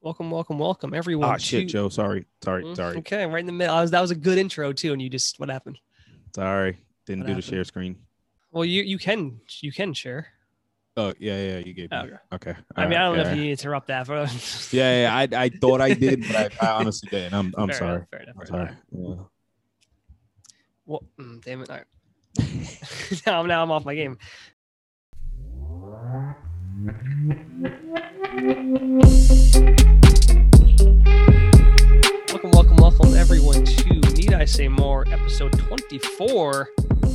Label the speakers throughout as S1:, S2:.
S1: Welcome, welcome, welcome, everyone.
S2: Ah, shit,
S1: to-
S2: Joe. Sorry, sorry,
S1: Mm,
S2: sorry,
S1: Okay, right in the middle. I was, that was a good intro too, and you just what happened?
S2: sorry. Didn't
S1: What
S2: do
S1: happened?
S2: the share screen.
S1: Well, you you can you can share.
S2: Oh yeah, yeah. You gave me.
S1: Okay.
S2: Okay.
S1: I mean,
S2: Alright,
S1: I don't know
S2: yeah.
S1: if you interrupt that, but
S2: Yeah, yeah. I, I thought I did, but I, I honestly didn't. I'm I'm
S1: Fair
S2: sorry.
S1: Enough, fair enough. fair
S2: I'm sorry.
S1: enough.
S2: Yeah.
S1: Well, mm, damn it! All right. now, I'm- now I'm off my game. Welcome, welcome, welcome, everyone to Need I Say More, episode 24.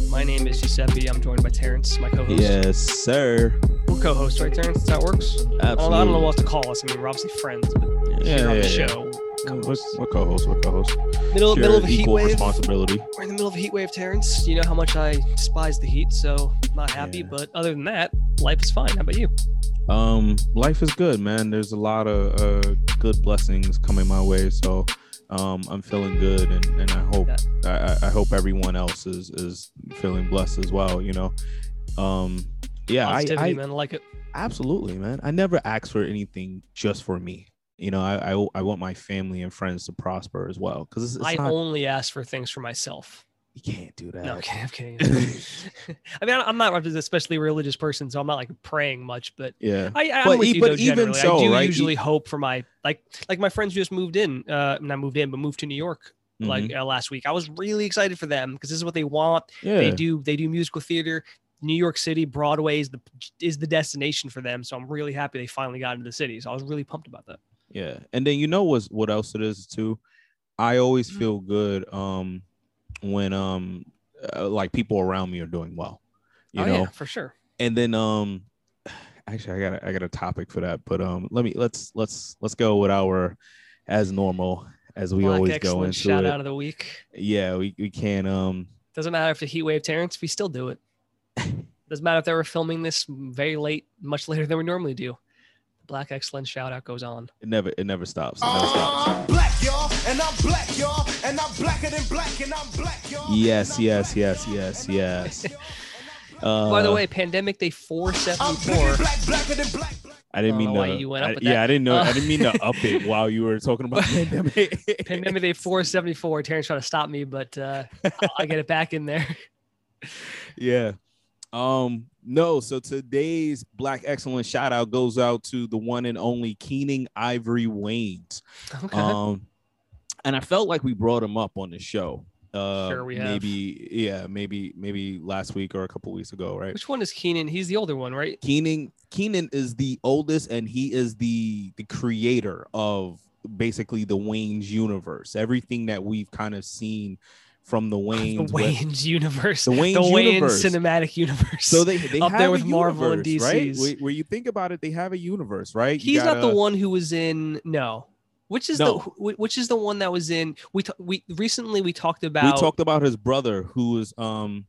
S1: My name is Giuseppe. I'm joined by Terrence, my co-host.
S2: Yes, sir.
S1: We're co-host, right, Terrence? That's how it works. I don't,
S2: Absolutely.
S1: I don't know what else to call us. I mean, we're obviously friends, but
S2: Yeah,
S1: you're on
S2: yeah,
S1: the
S2: yeah.
S1: show.
S2: What, what co-host? What co-host?
S1: Middle,
S2: Share
S1: middle of a heat
S2: equal
S1: wave.
S2: responsibility.
S1: We're in the middle of a heat wave, Terrence. You know how much I despise the heat, so I'm not happy.
S2: Yeah.
S1: But other than that, life is fine. How about you?
S2: Um, life is good, man. There's a lot of uh, good blessings coming my way, so um, I'm feeling good, and, and I hope
S1: Yeah.
S2: I, I- I hope everyone else is is feeling blessed as well. You know, um, yeah, I,
S1: Positivity,
S2: I
S1: man. I like uh, it.
S2: absolutely, man. I never ask for anything just for me. You know, I I, I want my family and friends to prosper as well, because it's, it's
S1: I
S2: not
S1: only ask for things for myself.
S2: you can't do that.
S1: No, okay, I'm kidding. I mean, I'm not an especially religious person, so I'm not like praying much, but
S2: Yeah,
S1: I, I'm
S2: But
S1: with
S2: e-
S1: you
S2: but
S1: though.
S2: even
S1: Generally,
S2: so,
S1: I do
S2: right? E-
S1: usually hope for my like like my friends just moved in, uh, not moved in, but moved to New York
S2: Mhm.
S1: like uh, last week. I was really excited for them because this is what they want.
S2: yeah,
S1: they do they do musical theater new york city broadway is the is the destination for them so i'm really happy they finally got into the city so i was really pumped about that
S2: Yeah. And then you know what's what else it is too? I always
S1: Mhm.
S2: feel good um when um uh, like people around me are doing well. You
S1: oh
S2: know.
S1: yeah for sure
S2: And then um actually I got a, I got a topic for that, but um let me let's let's let's go with our as normal as we
S1: Black
S2: always go
S1: excellent
S2: into
S1: shout
S2: it.
S1: out of the week
S2: Yeah, we we can um
S1: doesn't matter if the heat wave terrence we still do it doesn't matter if they were filming this very late much later than we normally do black excellence shout out goes on
S2: it never it never stops. It never stops.
S3: I'm black, y'all, and I'm black, y'all, and I'm blacker than black, and I'm black, y'all.
S2: Yes, yes, yes, yes, yes. Uh,
S1: Oh! by the way pandemic day
S3: I'm big and
S1: 474
S3: black, blacker than black. black.
S2: I didn't
S1: I don't
S2: mean
S1: know why
S2: to,
S1: you went up
S2: I-
S1: with
S2: yeah,
S1: that.
S2: I didn't know.
S1: Uh,
S2: I didn't mean to up it while you were talking about pandemic.
S1: pandemic day 474 terrence tried to stop me but uh I'll- i'll get it back in there
S2: yeah. Um, no, so today's Black Excellence shout out goes out to the one and only Keening Ivory Waynes.
S1: okay
S2: Um, and I felt like we brought him up on the show. Uh,
S1: Sure we have.
S2: maybe, yeah, maybe, maybe last week or a couple weeks ago, right?
S1: which one is keenan he's the older one right
S2: Keenan Keenan is the oldest and he is the the creator of basically the Wayne's universe. Everything that we've kind of seen from the Wayne's
S1: the
S2: where-
S1: Wayne's universe,
S2: the Wayne's
S1: the Wayne
S2: universe.
S1: cinematic universe.
S2: so they, they
S1: up
S2: have
S1: there
S2: a
S1: with Marvel and
S2: universe, right?
S1: DC's.
S2: Where, where you think about it, they have a universe, right? You
S1: he's not the
S2: gotta-
S1: one who was in no. Which is
S2: No.
S1: the wh- which is the one that was in we ta- we recently we talked
S2: We
S1: about.
S2: talked about his brother, who is um,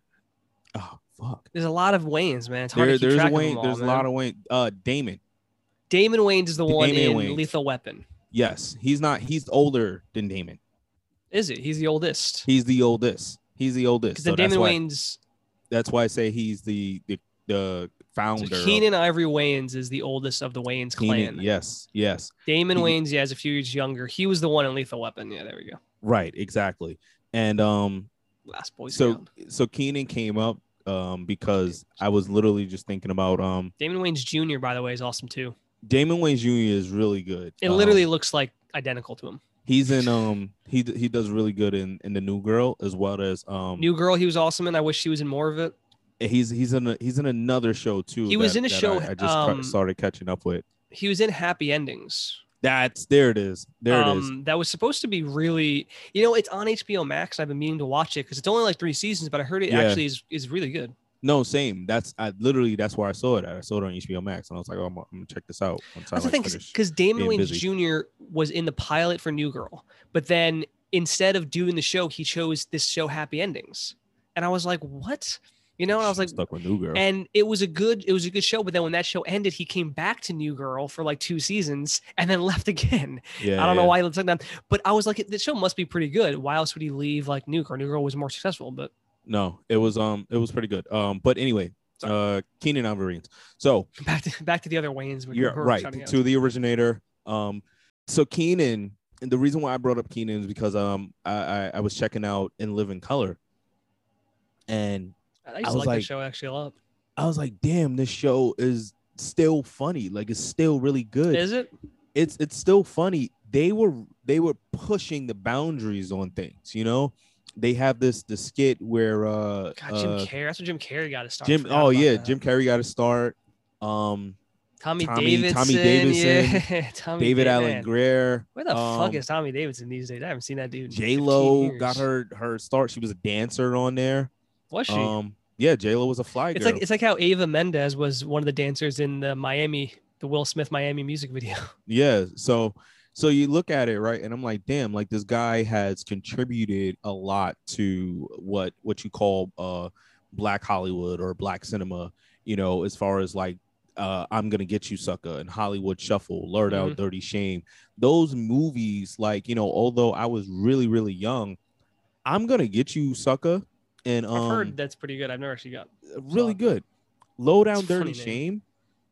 S2: oh fuck.
S1: there's a lot of Waynes, man. It's hard
S2: There,
S1: to keep
S2: there's
S1: track of
S2: Wayne.
S1: them all,
S2: There's a lot
S1: man.
S2: of Wayne. Uh, Damon.
S1: Damon Wayans is the one
S2: Damon
S1: in
S2: Wayans.
S1: Lethal Weapon.
S2: Yes, he's not. He's older than Damon.
S1: Is it? He's the oldest.
S2: He's the oldest. He's the oldest.
S1: Because
S2: So
S1: the
S2: that's
S1: Damon
S2: why-
S1: Wayans,
S2: that's why I say he's the the,
S1: so
S2: the founder. of
S1: Keenan Ivory Wayans is the oldest of the Wayans
S2: Keenan.
S1: clan.
S2: Yes, yes,
S1: Damon
S2: He-
S1: Wayans, yeah, is a few years younger. He was the one in Lethal Weapon. Yeah, there we go.
S2: right, exactly. And um,
S1: Last boy.
S2: so
S1: Scout.
S2: so Keenan came up um because I was literally just thinking about um
S1: Damon Wayans Jr. by the way is awesome too.
S2: Damon Wayne Jr. is really good.
S1: It
S2: Um,
S1: literally looks like identical to him.
S2: he's in um he d- he does really good in in the New Girl as well as um
S1: New Girl, he was awesome in. I wish he was in more of it.
S2: he's he's in a, he's in another show too.
S1: He was
S2: that-
S1: in a
S2: that
S1: show,
S2: I, I just ca-
S1: um,
S2: started catching up with.
S1: He was in Happy Endings. Um,
S2: That's there it is. There it is.
S1: That was supposed to be really, you know, it's on HBO Max. I've been meaning to watch it because it's only like three seasons, but I heard it
S2: Yeah.
S1: actually is, is really good.
S2: No, same. That's I literally that's where I saw it. At. I saw it on HBO Max, and I was like, oh, I'm, gonna- I'm gonna check this out. Once I,
S1: That's the
S2: like,
S1: thing,
S2: finish.
S1: because Damon
S2: being
S1: Wayans Jr. was in the pilot for New Girl, but then instead of doing the show, he chose this show Happy Endings, and I was like, what? You know, and I was like,
S2: Shit, stuck with New Girl.
S1: and it was a good it was a good show but then when that show ended he came back to new girl for like two seasons and then left again
S2: yeah,
S1: i don't know
S2: yeah.
S1: why he took that but i was like this show must be pretty good why else would he leave like new girl new girl was more successful but
S2: No, it was um, it was pretty good. Um, but anyway, uh, Keenan Ivory. So
S1: back to back to the other wayans we
S2: you're
S1: were
S2: right
S1: shouting out.
S2: to the originator. Um, so Keenan, and the reason why I brought up Keenan is because um I I, I was checking out In Living Color, and
S1: I used
S2: I
S1: to
S2: was
S1: like, the
S2: like-
S1: show actually a lot.
S2: I was like, damn, this show is still funny. Like it's still really good.
S1: Is it?
S2: it's it's still funny. They were they were pushing the boundaries on things. You know, they have this the skit where uh,
S1: God, Jim
S2: uh,
S1: Carrey. That's what Jim Carrey got to start.
S2: Jim
S1: Forgot
S2: oh
S1: about
S2: yeah,
S1: that.
S2: Jim Carrey got to start. Um,
S1: Tommy,
S2: Tommy-
S1: Davidson.
S2: Tommy
S1: Yeah. Tommy
S2: David
S1: Dav-
S2: Allen
S1: man.
S2: Greer.
S1: Where the
S2: um,
S1: fuck is Tommy Davidson these days? I haven't seen that dude. in
S2: J Lo
S1: 15
S2: got
S1: years.
S2: her her start. She was a dancer on there.
S1: Was she?
S2: Um, yeah, J Lo was a fly girl.
S1: it's like it's like how Ava Mendez was one of the dancers in the Miami, the Will Smith Miami music video.
S2: yeah, so so you look at it right, and I'm like, damn, like this guy has contributed a lot to what what you call uh black Hollywood or black cinema. You know, as far as like uh, I'm gonna get you sucker and Hollywood Shuffle, Lord
S1: Mm-hmm.
S2: Out, Dirty Shame. Those movies, like you know, although I was really really young, I'm gonna get you sucker. And um,
S1: I've heard that's pretty good. I've never actually got.
S2: really
S1: Solid.
S2: good. Low down
S1: It's a funny
S2: dirty shame.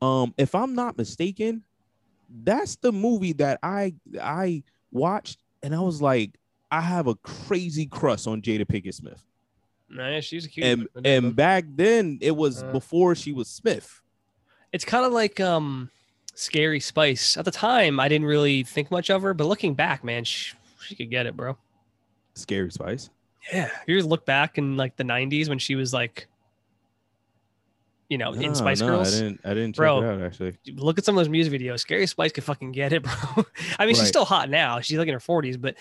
S2: Um, if I'm not mistaken, that's the movie that I I watched and I was like, I have a crazy crush on Jada Pinkett Smith.
S1: Nah, she's a cute.
S2: And
S1: one.
S2: and back then it was
S1: Uh.
S2: before she was Smith.
S1: it's kind of like um, Scary Spice. At the time, I didn't really think much of her, but looking back, man, she, she could get it, bro.
S2: Scary Spice.
S1: Yeah, you just look back in like the '90s when she was like, you know,
S2: Nah,
S1: in Spice
S2: nah, I
S1: Girls.
S2: didn't I didn't check
S1: Bro.
S2: it out actually.
S1: Look at some of those music videos. Scary Spice could fucking get it, bro. I mean,
S2: Right.
S1: she's still hot now. She's like in her 40s, but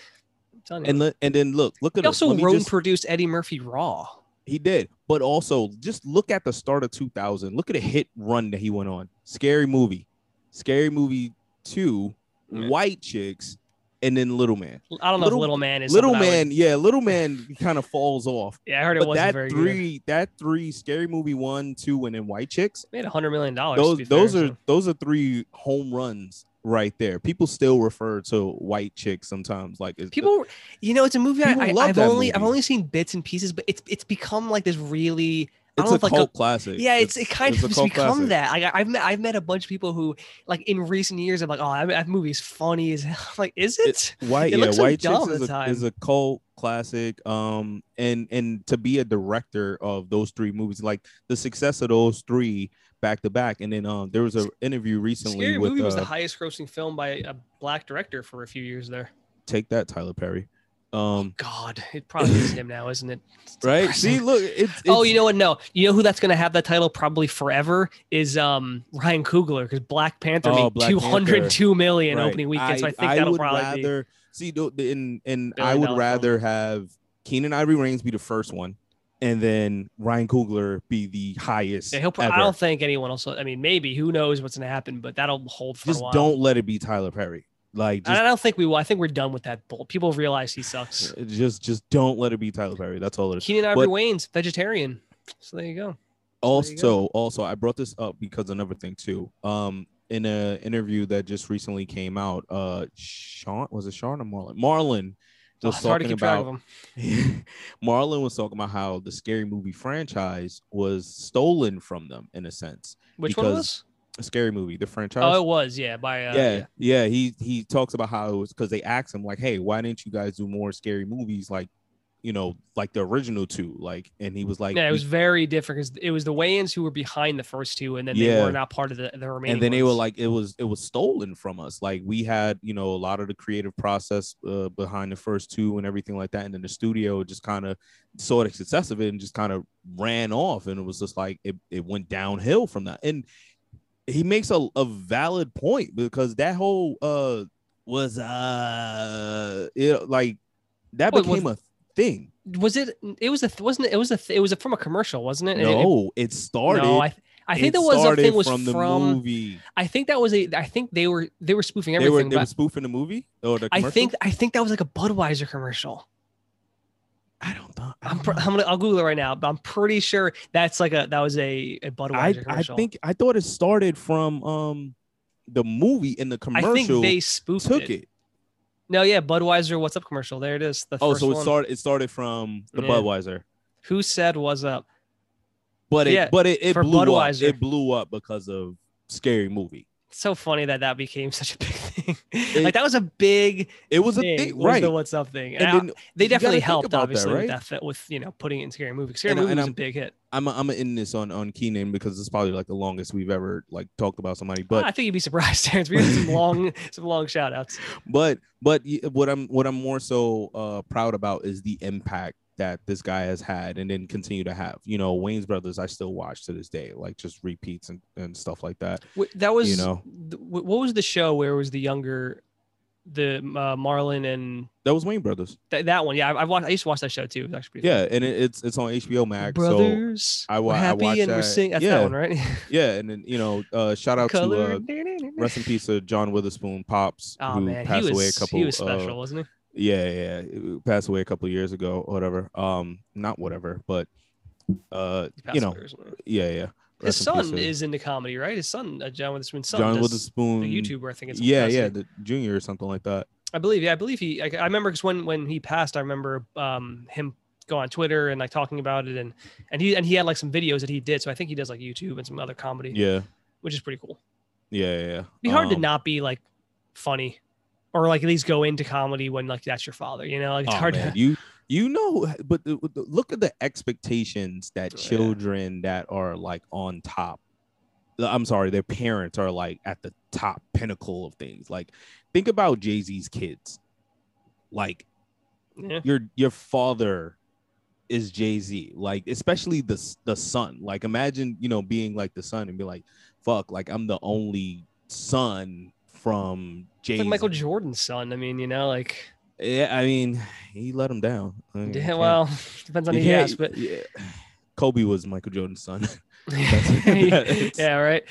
S1: I'm telling you,
S2: And le- and then look, look at
S1: He
S2: her.
S1: also
S2: Let me
S1: wrote and
S2: just-
S1: produced Eddie Murphy Raw.
S2: He did. But also, just look at the start of 2000. Look at the hit run that he went on. Scary movie, scary movie two,
S1: Yeah.
S2: white chicks, and then Little Man.
S1: I don't know
S2: Little-
S1: if Little Man is
S2: Little
S1: something I would-
S2: Man, yeah, Little Man kind of falls off.
S1: yeah, I heard it
S2: But
S1: wasn't
S2: that
S1: very good.
S2: three, that three, scary movie one, two, and then white chicks.
S1: Made a hundred million dollars. to be
S2: Those,
S1: fair,
S2: those are
S1: so.
S2: those are three home runs right there. People still refer to white chicks sometimes, like it's-
S1: people. You know, it's a movie I,
S2: People
S1: I,
S2: love
S1: I've
S2: that
S1: only I've
S2: movie.
S1: only seen bits and pieces, but it's it's become like this really. I
S2: It's
S1: don't know
S2: a
S1: if like
S2: cult
S1: a-
S2: classic.
S1: yeah, it's, it kind
S2: it's
S1: of
S2: a
S1: has
S2: cult
S1: become
S2: classic.
S1: that. Like I- I've met, I've met a bunch of people who like in recent years I'm like, oh, that, that movie is funny as hell. I'm like, is it?
S2: White,
S1: It
S2: yeah,
S1: looks so
S2: White
S1: dumb
S2: Chicks
S1: at
S2: is a,
S1: times.
S2: is a cult classic. Um, and and to be a director of those three movies, like the success of those three back to back, and then um, there was an interview recently
S1: Scary
S2: with
S1: Movie was
S2: uh,
S1: the highest grossing film by a black director for a few years there.
S2: take that Tyler Perry. Um,
S1: God, it probably is him now, isn't it? It's
S2: right?
S1: depressing.
S2: See, look, it's, it's
S1: Oh, you know what? No, you know who that's gonna have that title probably forever is um Ryan Coogler because Black Panther
S2: Oh,
S1: made
S2: Black
S1: two hundred two million
S2: right.
S1: opening weekend. so I think that'll
S2: would
S1: probably be.
S2: rather see, do, the- and and I
S1: Billion
S2: would
S1: dollar film.
S2: rather have Keenan Ivory Reigns be the first one, and then Ryan Coogler be the highest.
S1: Yeah, he'll pro-
S2: ever.
S1: I don't think anyone else. I mean, maybe who knows what's gonna happen, but that'll hold for
S2: just
S1: a while.
S2: don't let it be Tyler Perry. Like,
S1: And
S2: just
S1: I don't think we will. I think we're done with that bull. People realize he sucks.
S2: Uh, just just don't let it be Tyler Perry. That's all it is.
S1: Keenan Ivory
S2: But-
S1: Wayne's vegetarian, so there you go. you go.
S2: Also, also I brought this up because another thing too. Um, in a interview that just recently came out, uh, Sean was it Sean or Marlon? Marlon
S1: Oh,
S2: was
S1: it's hard to
S2: talking
S1: keep track of
S2: about
S1: him.
S2: Marlon was talking about how the scary movie franchise was stolen from them in a sense.
S1: Which one was?
S2: because- A scary movie, the franchise.
S1: Oh, it was. Yeah, by uh,
S2: yeah, yeah. He he talks about how it was because they asked him like, "Hey, why didn't you guys do more scary movies like, you know, like the original two? Like, and he was like,
S1: yeah, it
S2: "We
S1: was very different because it was the Wayans who were behind the first two, and then they
S2: Yeah.
S1: were not part of the, the remaining.
S2: and then they were
S1: ones.
S2: like it was it was stolen from us like we had you know a lot of the creative process uh, behind the first two and everything like that and then the studio just kind of saw the success of it and just kind of ran off and it was just like it, it went downhill from that and he makes a, a valid point because that whole uh was uh it, like that
S1: Well, it was-
S2: became a thing
S1: was it? It was a th- wasn't it? It was a th- it was a, from a commercial, wasn't it? And it- it-
S2: no it started
S1: no, I, th- I
S2: it
S1: think that was a
S2: started
S1: thing was
S2: from
S1: from.
S2: the movie
S1: I think that was a. I think they were they were spoofing
S2: they were
S1: everything.
S2: they were
S1: but
S2: spoofing the movie or the
S1: I
S2: commercial?
S1: think I think that was like a Budweiser commercial.
S2: I don't know. I
S1: I'm,
S2: don't
S1: pr-
S2: know.
S1: I'm gonna I'll Google it right now, but I'm pretty sure that's like a that was a, a
S2: I,
S1: Budweiser
S2: I
S1: commercial.
S2: think I thought it started from um the movie and the
S1: I think
S2: commercial
S1: they spoofed
S2: took it.
S1: No, yeah, Budweiser. What's up? Commercial. There it is. The
S2: Oh,
S1: first
S2: so it
S1: one.
S2: started it started from the
S1: Yeah.
S2: Budweiser.
S1: Who said was up?
S2: But it
S1: Yeah,
S2: but it, it
S1: for
S2: blew
S1: Budweiser.
S2: up. It blew up because of scary movie.
S1: It's so funny that that became such a big thing.
S2: It-
S1: like that was a big
S2: It was a
S1: thing,
S2: thing,
S1: was
S2: right?
S1: the what's up thing. And,
S2: and
S1: I-
S2: then
S1: they
S2: you gotta
S1: definitely
S2: think
S1: helped,
S2: about that,
S1: obviously,
S2: right?
S1: with that, fit- with you know putting it in scary movie. Scary
S2: And I-
S1: movie
S2: and
S1: was a
S2: I'm-
S1: big hit.
S2: I'm I'm gonna end this on on Keenan because it's probably like the longest we've ever like talked about somebody. But
S1: I think you'd be surprised, Terrence. We had some long, some long shout outs.
S2: but but y- what I'm what I'm more so uh, proud about is the impact that this guy has had and then continue to have. You know, Wayne's Brothers I still watch to this day, like just repeats and, and stuff like that.
S1: That was,
S2: know.
S1: th- wh- what was the show where it was the younger, the uh, Marlon and
S2: That was Wayne Brothers.
S1: th- that one? Yeah, I, I watched. I used to watch that show too. It was actually pretty
S2: Yeah, and it, it's it's on HBO Max. So
S1: Brothers,
S2: I wa-
S1: we're
S2: I
S1: happy
S2: watched
S1: and we're
S2: that.
S1: sing. That's
S2: Yeah.
S1: that one, right?
S2: yeah, and then you know, uh, shout out to uh,
S1: Color.
S2: rest in peace to John Witherspoon, pops,
S1: oh
S2: who
S1: man,
S2: passed
S1: he was
S2: away a couple.
S1: he was
S2: uh,
S1: special, wasn't
S2: yeah yeah yeah, passed away a couple of years ago or whatever um not whatever but uh
S1: he? He
S2: you know
S1: away.
S2: yeah yeah
S1: His
S2: Rest in peace
S1: son
S2: to
S1: is into comedy, right? His son, uh, John Witherspoon's son,
S2: john
S1: does
S2: witherspoon
S1: the YouTuber, I think it's
S2: yeah
S1: that's
S2: yeah
S1: it.
S2: the junior or something like that
S1: I believe, yeah, I believe he. I, I remember because when when he passed, I remember um him go on Twitter and like talking about it, and and he and he had like some videos that he did. So I think he does like YouTube and some other comedy,
S2: yeah
S1: which is pretty cool.
S2: yeah yeah, yeah.
S1: It'd be hard to
S2: Um,
S1: not be like funny, or like at least go into comedy when like that's your father. You know, like it's
S2: oh,
S1: hard
S2: man,
S1: to.
S2: you you know but the, the- look at the expectations that
S1: Oh, Yeah.
S2: children that are like on top i'm sorry their parents are like at the top pinnacle of things like think about jay-z's kids like
S1: Yeah.
S2: your your father is Jay-Z like especially the s- the son like imagine you know being like the son and be like fuck like I'm the only son from
S1: It's
S2: Jay
S1: like Michael Jordan's son. I mean, you know, like
S2: yeah I mean he let him down I mean, you
S1: yeah,
S2: can't-
S1: well, depends on
S2: you
S1: who you
S2: can't-
S1: ask, but
S2: Mm, yeah. Kobe was Michael Jordan's son That's-
S1: yeah, right.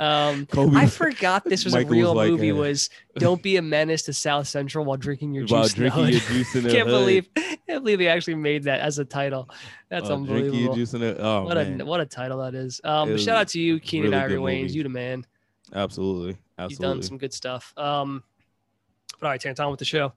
S1: Um,
S2: Kobe
S1: I
S2: was-
S1: forgot this was
S2: Michael
S1: a
S2: was
S1: real
S2: like,
S1: movie.
S2: uh,
S1: Was don't be a menace to South Central while drinking your
S2: while
S1: juice. in the
S2: drinking
S1: hood.
S2: your juice in the
S1: can't
S2: hood,
S1: believe can't believe they actually made that as a title. That's
S2: while drinking your
S1: unbelievable.
S2: juice in the oh
S1: What
S2: man
S1: a what a title that is. Um,
S2: It
S1: but shout
S2: was
S1: out to you, Keenan
S2: really
S1: Ivory
S2: good
S1: Wayans.
S2: movie.
S1: You the man.
S2: absolutely
S1: You've
S2: absolutely
S1: done some good stuff. Um, but all right, Terrence, on with the show.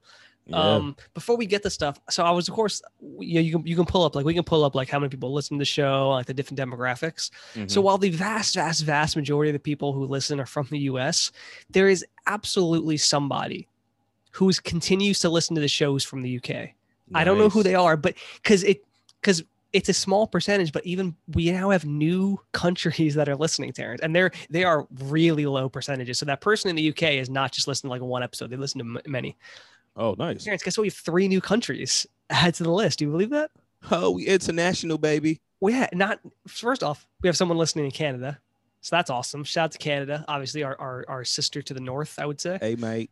S2: yeah.
S1: Um, before we get the stuff, so I was of course, you, you can you can pull up like we can pull up like how many people listen to the show, like the different demographics. So
S2: Mhm.
S1: while the vast, vast, vast majority of the people who listen are from the US, there is absolutely somebody who is- continues to listen to the shows from the UK. I don't know who
S2: Nice.
S1: they are, but because it because it's a small percentage, but even we now have new countries that are listening, Terrence, and they're they are really low percentages. So that person in the UK is not just listening to like one episode; they listen to m- many.
S2: oh nice
S1: Terrence, guess what? We have three new countries added to the list. Do you believe that?
S2: oh we international baby
S1: Well, yeah, not first off, we have someone listening in Canada. So that's awesome. Shout out to Canada. Obviously, our our, our sister to the north, I would say.
S2: hey mate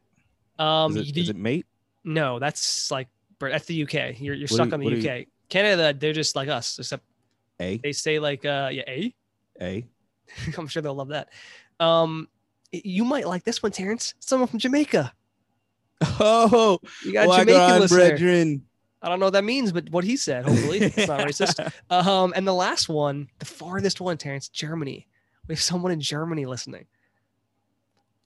S1: Um
S2: is, it,
S1: the-
S2: is it mate
S1: no, that's like Br- that's the UK. You're you're
S2: What
S1: stuck
S2: do-
S1: on the
S2: what do
S1: UK.
S2: you-
S1: Canada, they're just like us, except
S2: a
S1: they say like uh yeah, eh?
S2: a
S1: I'm sure they'll love that. Um y- you might like this one, Terrence. Someone from Jamaica.
S2: Oh,
S1: You got a
S2: why
S1: Jamaican
S2: God,
S1: listener.
S2: brethren.
S1: I don't know what that means, but what he said, hopefully, it's not racist. Um, and the last one, the farthest one, Terrence, Germany. We have someone in Germany listening.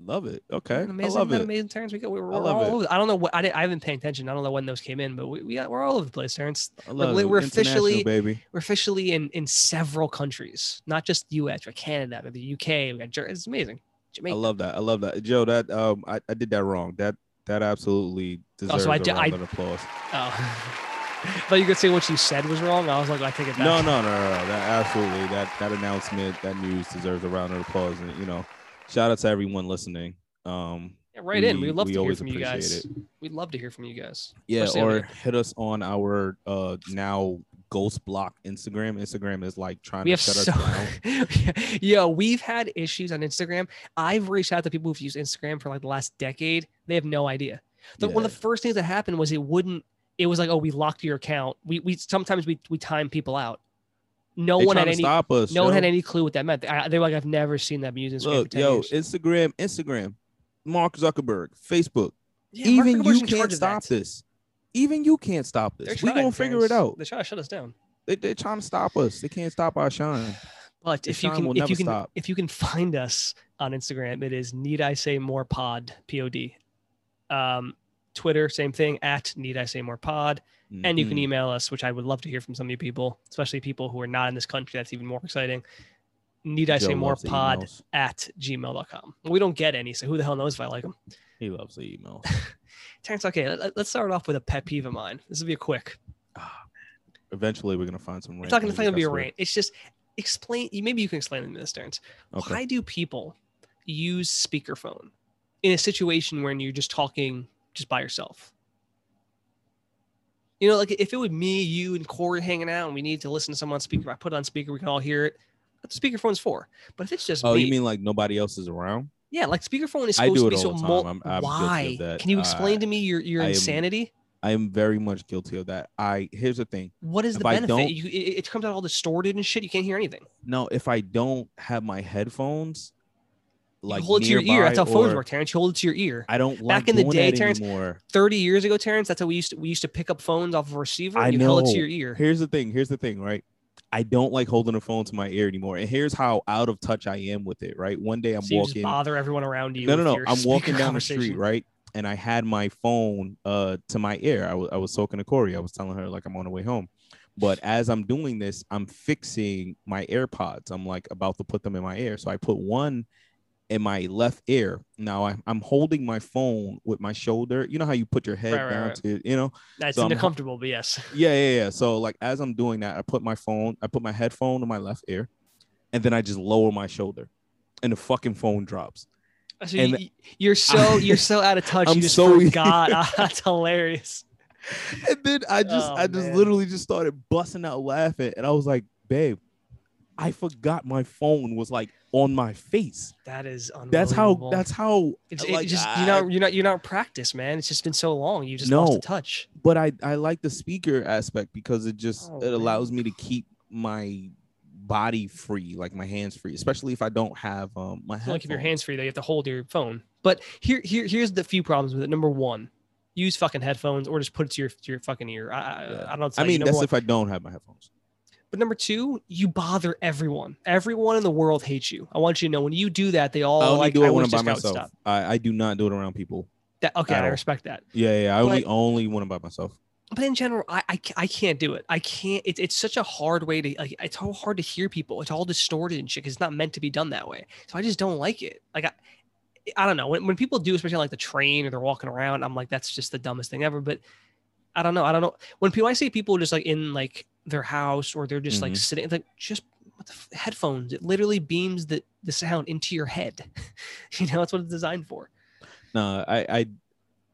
S2: Love it. Okay,
S1: Isn't that Amazing,
S2: I
S1: isn't
S2: love
S1: that
S2: it.
S1: Amazing Terrence. We got, we we're,
S2: I love
S1: all
S2: it.
S1: over- I don't know what I, didn't, I haven't paid attention. I don't know when those came in, but we, we got, we're all over the place, Terrence.
S2: I love
S1: li-
S2: it.
S1: we're
S2: International,
S1: officially-
S2: baby.
S1: We're officially in in several countries, not just the U.S. or Canada, but the U.K. We got Ger- it's amazing.
S2: I
S1: Jamaica.
S2: love that. I love that, Joe. That um, I, I did that wrong. That that absolutely
S1: Oh, so
S2: deserves
S1: I
S2: a
S1: di-
S2: round
S1: I-
S2: of applause.
S1: Oh. thought you could say what you said was wrong. I was like, I take it back.
S2: No, no, no, no, no. That absolutely that that announcement, that news deserves a round of applause. And you know, shout out to everyone listening. Um,
S1: Yeah, right in.
S2: we-
S1: We'd love
S2: we
S1: to hear
S2: always
S1: from you
S2: appreciate
S1: guys.
S2: it.
S1: We'd love to hear from you guys.
S2: Yeah,
S1: Especially over
S2: or hit us on our uh now ghost block Instagram. Instagram is like trying
S1: we
S2: to
S1: have
S2: shut
S1: so
S2: us down.
S1: yeah we've had issues on instagram i've reached out to people who've used instagram for like the last decade they have no idea the, one of the first things that happened was it wouldn't it was like oh we locked your account we, we sometimes we, we time people out no
S2: They
S1: one
S2: trying
S1: had
S2: to
S1: any
S2: stop us.
S1: no one
S2: Joe.
S1: had any clue what that meant I, they were like i've never seen that used instagram for
S2: Look,
S1: 10
S2: yo,
S1: years.
S2: Instagram, Instagram, Mark Zuckerberg, Facebook.
S1: Yeah, Mark
S2: Even
S1: Zuckerberg's
S2: you
S1: in charge
S2: can't
S1: of
S2: stop
S1: that.
S2: this. Even you can't stop
S1: They're
S2: this. We're
S1: trying,
S2: gonna figure
S1: Terrence.
S2: it out.
S1: They're trying to shut us down.
S2: They, they're trying to stop us. They can't stop our shine.
S1: But
S2: The
S1: if you
S2: shine
S1: can,
S2: will
S1: if you
S2: never
S1: can,
S2: stop.
S1: if you can find us on Instagram, it is need I say more pod p o d. Um, Twitter, same thing at need I say more pod, and you can
S2: Mhm.
S1: email us, which I would love to hear from some of you people, especially people who are not in this country. That's even more exciting. need I
S2: Joe
S1: say more
S2: loves the
S1: pod
S2: emails.
S1: at gmail.com. We don't get any, so who the hell knows if I like them?
S2: He loves the email.
S1: Terrence, okay, let, us start off with a pet peeve of mine. This will be a quick.
S2: Eventually, we're gonna find some.
S1: It's
S2: rant
S1: not going
S2: music,
S1: to be
S2: I
S1: a
S2: swear.
S1: rant. It's just explain. Maybe you can explain this, Terrence.
S2: Okay.
S1: Why do people use speakerphone in a situation when you're just talking just by yourself? You know, like if it was me, you, and Corey hanging out, and we need to listen to someone on speaker, I put it on speaker, we can all hear it. That's what speakerphone's for. But if it's just
S2: Oh,
S1: me,
S2: you mean like nobody else is around?
S1: yeah, like speakerphone is
S2: I
S1: supposed
S2: do
S1: to
S2: it
S1: be
S2: all
S1: so
S2: the time.
S1: mul-
S2: I'm- I'm guilty of
S1: why?
S2: that.
S1: Can you
S2: I-
S1: explain to me your your
S2: I am-
S1: insanity?
S2: I am very much guilty of that. I here's the thing.
S1: What is the
S2: if I
S1: benefit?
S2: don't-
S1: You, it, it comes out all distorted and shit. You can't hear anything.
S2: No, if I don't have my headphones, like
S1: you hold it to your ear. That's how
S2: nearby
S1: phones
S2: or-
S1: work, Terrence. You hold it to your ear.
S2: I don't
S1: Back
S2: like
S1: in the
S2: doing
S1: day,
S2: that
S1: Terrence,
S2: anymore.
S1: Thirty years ago, Terrence, that's how we used to we used to pick up phones off of a receiver.
S2: I
S1: you held it
S2: know.
S1: to your ear.
S2: Here's the thing. Here's the thing, right? I don't like holding a phone to my ear anymore. And here's how out of touch I am with it, right? One day I'm
S1: so you just
S2: walking.
S1: bother everyone around you.
S2: No, no,
S1: with
S2: no.
S1: your
S2: I'm walking
S1: speaker
S2: down the street,
S1: conversation.
S2: right? And I had my phone uh to my ear. I wa- I was talking to Corey. I was telling her like I'm on the way home. But as I'm doing this, I'm fixing my AirPods. I'm like about to put them in my ear. So I put one in my left ear. Now I, I'm holding my phone with my shoulder. You know how you put your head
S1: Right, right,
S2: down
S1: right.
S2: to, you know,
S1: That's
S2: So I'm-
S1: uncomfortable, but yes.
S2: yeah, yeah, yeah. So like as I'm doing that, I put my phone, I put my headphone on my left ear, and then I just lower my shoulder, and the fucking phone drops.
S1: So
S2: And-
S1: you, you're so you're so out of touch.
S2: I'm
S1: you just
S2: so- e-
S1: forgot. that's hilarious.
S2: And then I just,
S1: Oh,
S2: I just
S1: man.
S2: literally just started busting out laughing, and I was like, babe, I forgot my phone was like on my face.
S1: That is unbelievable.
S2: That's how. That's how.
S1: It's, it
S2: like,
S1: just
S2: I-
S1: you know you're not you're not practiced, man. It's just been so long. You just
S2: No.
S1: lost the touch.
S2: But I, I like the speaker aspect because it just
S1: Oh,
S2: it
S1: man.
S2: allows me to keep my body free, like my hands free, especially if I don't have um my
S1: Like if your
S2: headphones.
S1: hands free, though, you have to hold your phone. But here here here's the few problems with it. Number one, use fucking headphones or just put it to your to your fucking ear. I I-
S2: Yeah.
S1: I don't know. what to
S2: I
S1: tell you.
S2: mean,
S1: Number
S2: that's
S1: one.
S2: if I don't have my headphones.
S1: But number two, you bother everyone. Everyone in the world hates you. I want you to know when you do that, they all
S2: I only
S1: like
S2: do
S1: I
S2: it when
S1: wish
S2: I'm by
S1: this guy would
S2: myself.
S1: stop.
S2: I, I do not do it around people.
S1: That, okay,
S2: At
S1: I
S2: all.
S1: respect that.
S2: Yeah, yeah. I
S1: But-
S2: only only when I'm by myself.
S1: But in general, I, I ca- I can't do it. I can't. It's it's such a hard way to like. It's so hard to hear people. It's all distorted and shit. 'cause it's not meant to be done that way. So I just don't like it. Like I. I don't know when, when people do, especially on, like the train or they're walking around. I'm like, that's just the dumbest thing ever. But I don't know. I don't know when people I see people just like in like their house or they're just like
S2: Mhm.
S1: sitting. It's like just what the f- headphones. It literally beams the the sound into your head. you know, that's what it's designed for.
S2: No, I, I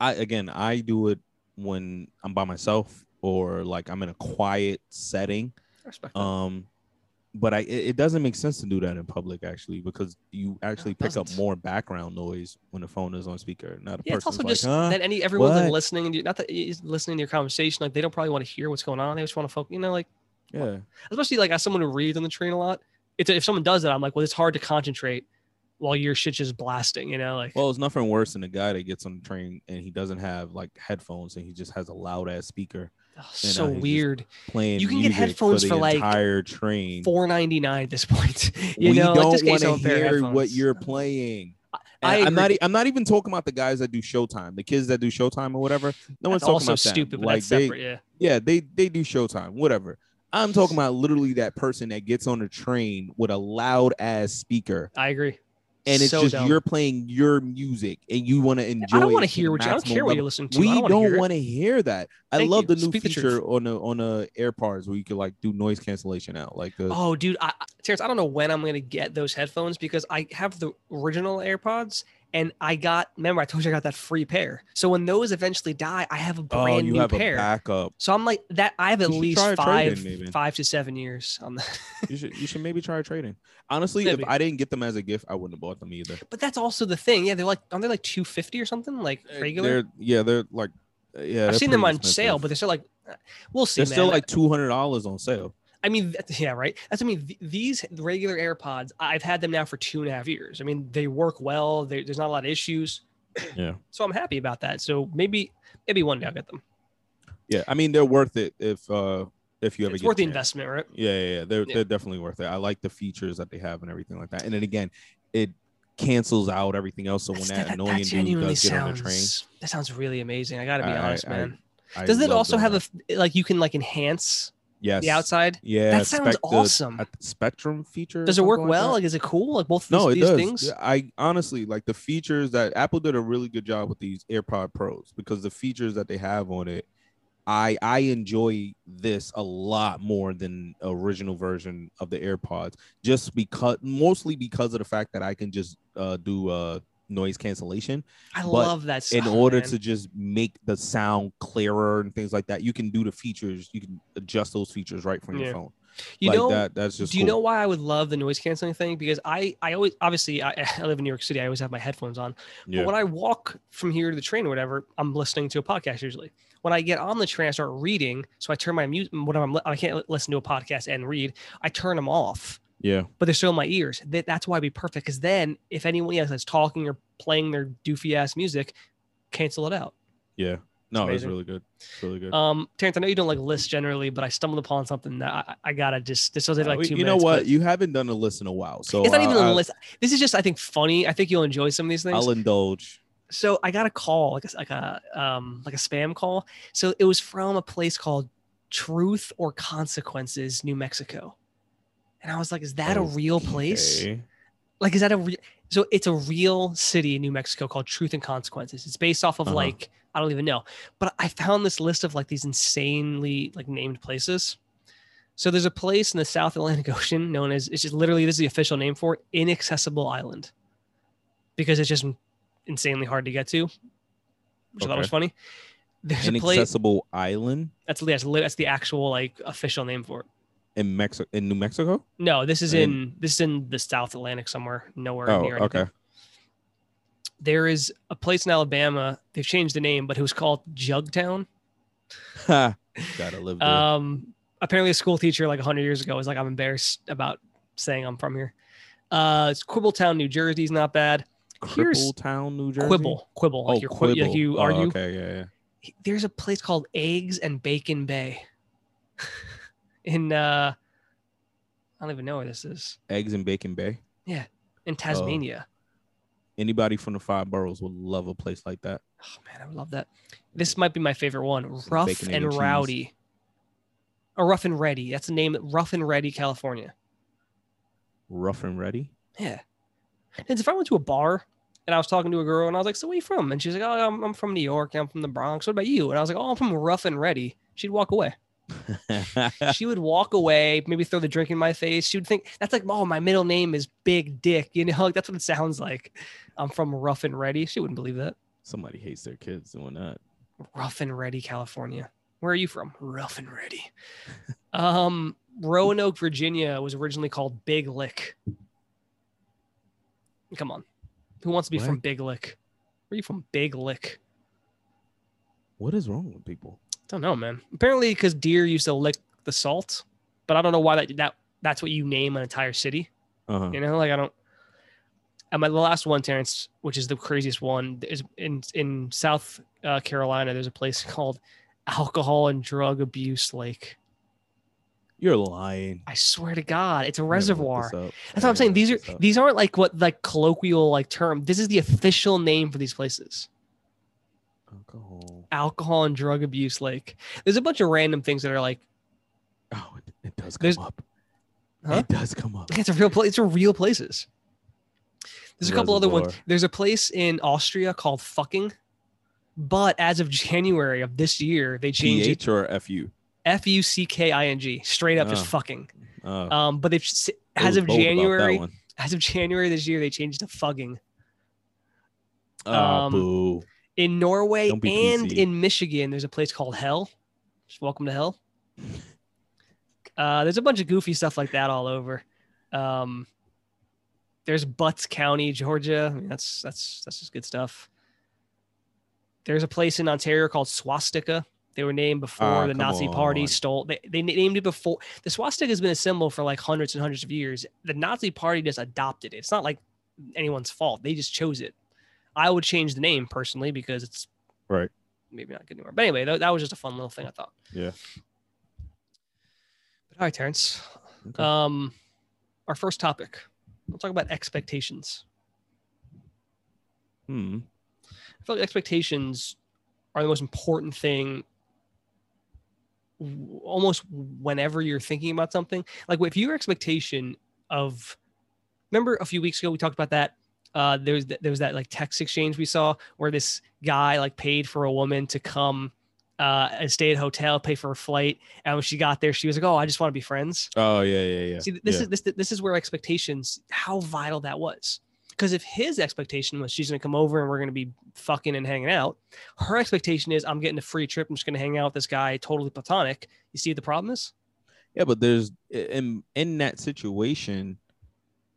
S2: I again I do it when I'm by myself or like I'm in a quiet setting.
S1: I respect that.
S2: Um but I it, it doesn't make sense to do that in public actually because you actually
S1: it
S2: pick up
S1: doesn't.
S2: more background noise when the phone is on speaker. Not a
S1: Yeah, it's
S2: person's
S1: also
S2: like,
S1: just
S2: huh?
S1: that any everyone's like
S2: What?
S1: listening and you, not that is listening to your conversation. Like they don't probably want to hear what's going on. They just want to focus. You know, like
S2: yeah.
S1: especially like as someone who reads on the train a lot. It's if someone does that, I'm like, well, it's hard to concentrate while your shit's just blasting. You know, like
S2: Well, it's nothing worse than the guy that gets on the train and he doesn't have like headphones and he just has a loud ass speaker
S1: ugh,
S2: you
S1: so
S2: know, he's just
S1: weird.
S2: playing.
S1: You can get
S2: music
S1: headphones
S2: for, the
S1: for, like,
S2: entire train.
S1: Four ninety nine at this point. You
S2: we
S1: know, like,
S2: don't
S1: just get
S2: want to
S1: yourself a pair of
S2: hear what
S1: headphones.
S2: you're playing.
S1: I
S2: And I'm not.
S1: agree.
S2: e- I'm not even talking about the guys that do Showtime, the kids that do Showtime or whatever. No
S1: That's
S2: one's talking
S1: also
S2: about them.
S1: stupid, but
S2: like
S1: that's
S2: they,
S1: separate. Yeah,
S2: yeah, they they do Showtime, whatever. I'm talking about literally that person that gets on the train with a loud ass speaker,
S1: I agree.
S2: and it's
S1: So
S2: just
S1: dumb.
S2: you're playing your music, and you want to enjoy.
S1: I don't
S2: want
S1: want to hear what you. I don't care what you're listening to. I
S2: We
S1: don't, wanna hear
S2: don't
S1: it.
S2: want to hear that. I
S1: Thank
S2: love
S1: you.
S2: the new
S1: Speak the truth.
S2: feature on the on the AirPods where you can like do noise cancellation out, like the
S1: Oh, dude, I, I- Terrence, I don't know when I'm gonna get those headphones because I have the original AirPods, and I got. Remember, I told you I got that free pair. So when those eventually die, I have a
S2: oh,
S1: brand
S2: you
S1: new
S2: have
S1: pair.
S2: a backup.
S1: so I'm like that. I have at
S2: You should
S1: least
S2: try a trade-in,
S1: five,
S2: maybe.
S1: five to seven years on that.
S2: you should you should maybe try trading. Honestly,
S1: Maybe.
S2: if I didn't get them as a gift, I wouldn't have bought them either.
S1: But that's also the thing. Yeah, they're like, aren't they like two fifty or something? Like regular.
S2: Eh, They're yeah, they're like yeah.
S1: I've seen them on sale, but they're still like, eh, we'll see.
S2: they're
S1: man.
S2: still like two hundred dollars on sale.
S1: I mean, th- yeah, right. That's I mean, th- these regular AirPods, I've had them now for two and a half years. I mean, they work well. They, there's not a lot of issues.
S2: Yeah.
S1: So I'm happy about that. So maybe, maybe one day I'll get them.
S2: Yeah, I mean they're worth it if uh if you ever
S1: It's
S2: get
S1: worth the
S2: a chance.
S1: investment, right?
S2: Yeah, yeah, yeah. They're
S1: Yeah.
S2: they're definitely worth it. I like the features that they have and everything like that. And then again, it cancels out everything else. So when
S1: That's-
S2: that, annoying dude does get on the train,
S1: sounds. That sounds really amazing. I gotta be
S2: I- I-
S1: honest,
S2: I-
S1: man.
S2: I
S1: Doesn't it
S2: love
S1: also
S2: doing
S1: have a
S2: that.
S1: f- like you can like enhance
S2: Yes.
S1: The outside.
S2: Yeah.
S1: That sounds
S2: the-
S1: awesome.
S2: at the spectrum feature. or
S1: Does it work
S2: something like
S1: well?
S2: that?
S1: Like, is it cool? Like both of these,
S2: no, it
S1: these
S2: does.
S1: things.
S2: Yeah, I honestly like the features that Apple did a really good job with these AirPod Pros because the features that they have on it, I I enjoy this a lot more than original version of the AirPods, just because mostly because of the fact that I can just uh, do uh, noise cancellation
S1: I
S2: but
S1: love that. Stuff,
S2: in order
S1: man.
S2: to just make the sound clearer and things like that. You can do the features, you can adjust those features right from
S1: Yeah.
S2: your phone.
S1: you
S2: like
S1: know,
S2: that, that's just
S1: do you
S2: cool.
S1: know why I would love the noise canceling thing? Because I, I always, obviously, I, I live in New York City. I always have my headphones on.
S2: Yeah.
S1: But when I walk from here to the train or whatever, I'm listening to a podcast usually. When I get on the train, I start reading. So I turn my music. When I'm, li- I can't li- listen to a podcast and read. I turn them off,
S2: yeah.
S1: but they're still in my ears. That, that's why it'd be perfect. Because then, if anyone else is talking or playing their doofy ass music, cancel it out.
S2: Yeah. No, it's
S1: amazing.
S2: really good. It's really good.
S1: Um, Terrence, I know you don't like lists generally, but I stumbled upon something that I, I gotta just. This was like
S2: Uh, we-
S1: two.
S2: you know
S1: minutes,
S2: what?
S1: but
S2: You haven't done a list in a while, so
S1: it's not
S2: I,
S1: even a
S2: I,
S1: list. This is just, I think, funny. I think you'll enjoy some of these things.
S2: I'll indulge.
S1: so I got a call, like a, like a um like a spam call. So it was from a place called Truth or Consequences, New Mexico. And I was like, is that a real place?
S2: Okay.
S1: Like, is that a real? So it's a real city in New Mexico called Truth and Consequences. It's based off of
S2: Uh-huh.
S1: like I don't even know, but I found this list of like these insanely like named places. So there's a place in the South Atlantic Ocean known as it's just literally this is the official name for it, Inaccessible Island, because it's just insanely hard to get to, which I thought was
S2: Okay.
S1: funny. There's a place
S2: Inaccessible island
S1: that's that's li- that's the actual like official name for it.
S2: in Mexico, in New Mexico.
S1: No, this is
S2: In-
S1: in this is in the South Atlantic somewhere, nowhere
S2: Oh,
S1: near anything.
S2: okay.
S1: there is a place in Alabama. They've changed the name, but it was called Jugtown.
S2: Ha. Gotta live there.
S1: Um, apparently, a school teacher like 100 years ago was like, "I'm embarrassed about saying I'm from here." Uh, it's Quibbletown, New Jersey is not bad. here's-
S2: Cripple Town, New Jersey.
S1: Quibble, quibble,
S2: Oh,
S1: like, you're quibble. like
S2: Quibble.
S1: you
S2: Oh,
S1: argue.
S2: Okay, yeah, yeah.
S1: There's a place called Eggs and Bacon Bay. in uh, I don't even know where this is.
S2: Eggs and Bacon Bay. Oh.
S1: In Tasmania.
S2: Anybody from the five boroughs would love a place like that.
S1: Oh, man, I would love that. This might be my favorite one.
S2: Some
S1: Rough
S2: bacon, egg,
S1: and
S2: and cheese.
S1: Rowdy. Or Rough and Ready. That's the name. Rough and Ready, California.
S2: Rough and ready.
S1: Yeah. And if I went to a bar and I was talking to a girl and I was like, "So where you from?" and she's like, "Oh, I'm, I'm from New York. I'm from the Bronx. What about you?" And I was like, "Oh, I'm from Rough and Ready." She'd walk away. she would walk away, maybe throw the drink in my face. She would think that's like, "Oh, my middle name is Big Dick." You know, like, that's what it sounds like. I'm from Rough and Ready. She wouldn't believe that.
S2: Somebody hates their kids doing that.
S1: Rough and Ready, California. Where are you from? Rough and Ready. Um, Roanoke, Virginia was originally called Big Lick. Come on. Who wants to be
S2: What?
S1: from Big Lick? Where are you from Big Lick?
S2: What is wrong with people?
S1: Don't know, man. Apparently because deer used to lick the salt, but I don't know why that that that's what you name an entire city.
S2: Uh-huh.
S1: You know, like I don't. And my the last one, Terrence, which is the craziest one, is in in South uh, Carolina. There's a place called Alcohol and Drug Abuse Lake.
S2: You're lying.
S1: I swear to God, it's a
S2: I gotta look
S1: reservoir.
S2: this up.
S1: That's
S2: I
S1: what I'm saying.
S2: gotta
S1: These are
S2: look this up.
S1: these aren't like what like colloquial like term. This is the official name for these places.
S2: alcohol.
S1: Alcohol and Drug Abuse Lake. There's a bunch of random things that are like
S2: Oh, it, it does come
S1: There's-
S2: up.
S1: Huh?
S2: It does come up.
S1: it's a real place. It's a real places. There's a couple other ones.
S2: Reservoir.
S1: There's a place in Austria called fucking, but as of January of this year, they changed it
S2: PH or FU?
S1: F U C K I N G straight up just
S2: Oh.
S1: fucking.
S2: Uh,
S1: Um, but they've s-
S2: they
S1: as
S2: was
S1: of
S2: bold about that
S1: January,
S2: one.
S1: as of January this year, they changed to fucking.
S2: Ah,
S1: um,
S2: boo.
S1: in Norway
S2: Don't be
S1: and
S2: PC.
S1: in Michigan, there's a place called Hell. Just welcome to Hell. Uh, there's a bunch of goofy stuff like that all over. Um, there's Butts County, Georgia. I mean, that's that's that's just good stuff. There's a place in Ontario called Swastika. They were named before
S2: Ah,
S1: the
S2: come
S1: Nazi Party
S2: on.
S1: stole. They, they named it before. The swastika has been a symbol for like hundreds and hundreds of years. The Nazi Party just adopted it. It's not like anyone's fault. They just chose it. I would change the name personally because it's
S2: Right.
S1: Maybe not good anymore. But anyway, that, that was just a fun little thing I thought.
S2: Yeah.
S1: But all right, Terrence.
S2: Okay.
S1: Um, our first topic. We'll talk about expectations.
S2: Hmm.
S1: I feel like expectations are the most important thing w- almost whenever you're thinking about something. Like if your expectation of, remember a few weeks ago we talked about that. Uh, there was th- there was that like text exchange we saw where this guy like paid for a woman to come uh, and stay at a hotel, pay for a flight, and when she got there, she was like, "Oh, I just want to be friends."
S2: Oh yeah, yeah, yeah.
S1: See, this
S2: yeah.
S1: is this this is where expectations how vital that was. Because if his expectation was she's gonna come over and we're gonna be fucking and hanging out, her expectation is I'm getting a free trip. I'm just gonna hang out with this guy, totally platonic. You see what the problem is?
S2: Yeah, but there's in in that situation,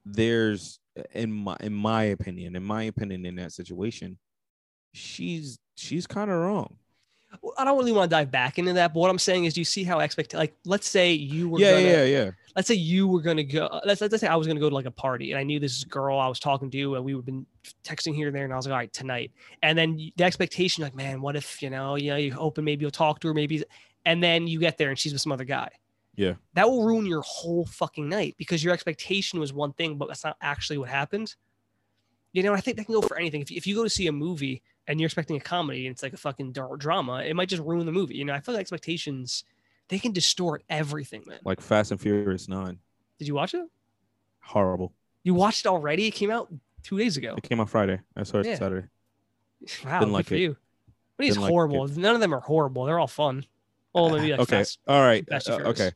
S2: there's in my in my opinion, in my opinion, in that situation, she's she's kind of wrong.
S1: Well, I don't really want to dive back into that, but what I'm saying is, do you see how expect like let's say you were
S2: yeah,
S1: gonna,
S2: yeah, yeah.
S1: let's say you were gonna go uh, let's, let's say I was gonna go to like a party and I knew this girl I was talking to and we would been texting here and there and I was like all right tonight and then you- the expectation like man what if you know you know you open maybe you'll talk to her maybe and then you get there and she's with some other guy
S2: Yeah.
S1: that will ruin your whole fucking night because your expectation was one thing but that's not actually what happened you know I think that can go for anything if you, if you go to see a movie and you're expecting a comedy and it's like a fucking dar- drama it might just ruin the movie you know I feel like expectations they can distort everything man
S2: Like Fast and Furious Nine,
S1: did you watch it
S2: horrible.
S1: You watched it already? It came out two days ago.
S2: It came out Friday. I saw it
S1: Yeah.
S2: Saturday.
S1: Wow,
S2: didn't
S1: good
S2: like
S1: for
S2: it.
S1: you. But he's
S2: Didn't like
S1: horrible. None of them are horrible. They're all fun. Oh, Well, maybe like
S2: okay,
S1: Fast.
S2: all right,
S1: Fast
S2: uh,
S1: and Furious.
S2: okay.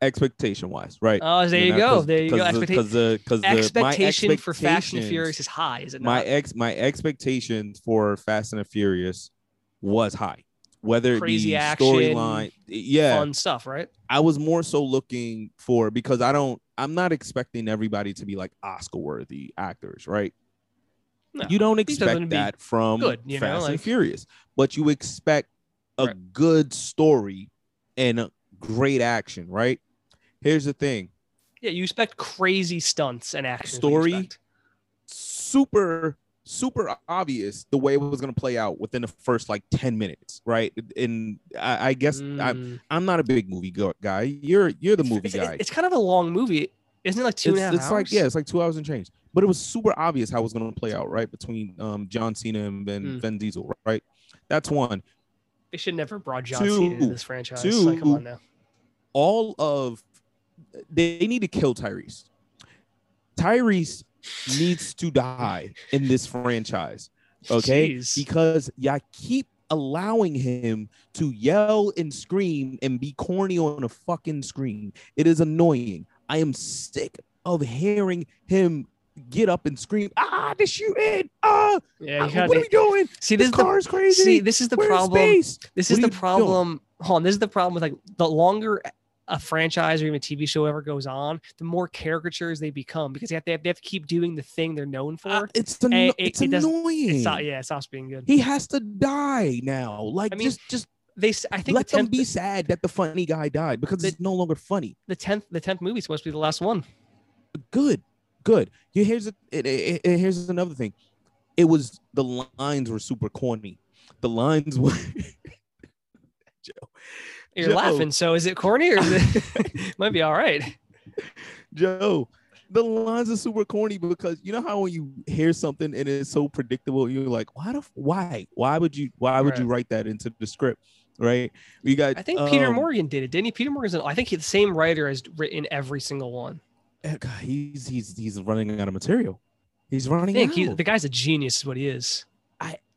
S2: Expectation wise, right?
S1: Oh, there you go. There you go. Expectation,
S2: Because the, 'cause the- my
S1: expectation for Fast and
S2: expectations-
S1: Furious is high, is it
S2: my e-
S1: not?
S2: ex my expectations for Fast and the Furious was high. Whether it
S1: Crazy
S2: be
S1: action,
S2: storyline, yeah,
S1: Fun stuff, right?
S2: I was more so looking for because I don't I'm not expecting everybody to be like Oscar worthy actors, right?
S1: No,
S2: you don't
S1: these are gonna
S2: expect
S1: be
S2: that from
S1: good, you know,
S2: Fast and
S1: like-
S2: Furious, but you expect a
S1: Right.
S2: good story and a great action, right? Here's the thing.
S1: Yeah, you expect crazy stunts and action. is what you
S2: Story?
S1: expect.
S2: super super obvious the way it was going to play out within the first like 10 minutes right and i, I guess I'm,
S1: Mm.
S2: I'm not a big movie go- guy you're you're the movie
S1: it's,
S2: guy
S1: It's kind of a long movie. Isn't it like two and a half
S2: it's, it's like
S1: hours?
S2: yeah it's like two hours and change but it was super obvious how it was going to play out right between um john cena and ben,
S1: Mm.
S2: ben diesel right that's one
S1: They should never brought John
S2: Two.
S1: Cena into this franchise. like, come
S2: Two.
S1: on now.
S2: all of they need to kill tyrese tyrese needs to die in this franchise Okay,
S1: Jeez.
S2: because y'all keep allowing him to yell and scream and be corny on a fucking screen. It is annoying. I am sick of hearing him get up and scream, ah, the shooting, ah,
S1: yeah, you
S2: what are
S1: gotta,
S2: we doing?
S1: see, this
S2: This
S1: is the,
S2: car is crazy.
S1: see, this is the
S2: We're in
S1: problem.
S2: space."
S1: This is
S2: What are
S1: the
S2: you doing?
S1: problem. Hold on. This is the problem with like the longer a franchise or even a TV show ever goes on, the more caricatures they become because they have to, they have to keep doing the thing they're known for.
S2: Uh, it's an-
S1: it-
S2: it's
S1: it doesn't-
S2: annoying.
S1: It's not, yeah, it stops being good.
S2: He has to die now. Like
S1: I mean,
S2: just just
S1: They, s- I think
S2: let
S1: the
S2: them
S1: tenth,
S2: be sad that the funny guy died because
S1: The-
S2: it's no longer funny.
S1: the tenth, the tenth movie is supposed to be the last one.
S2: good, good. You here's a, it, it, it- here's another thing. It was the lines were super corny. The lines were
S1: You're
S2: Yo.
S1: laughing. So is it corny or is it might be all right?
S2: Joe. The lines are super corny because you know how when you hear something and it's so predictable, you're like, why the f- why why would you why would you write that into the script, right? You got
S1: I think Peter
S2: um,
S1: Morgan did it, didn't he? Peter Morgan's, I think he, the same writer has written every single one.
S2: eh, God, he's he's he's running out of material. He's
S1: I
S2: running
S1: think he,
S2: out.
S1: the guy's a genius, is what he is.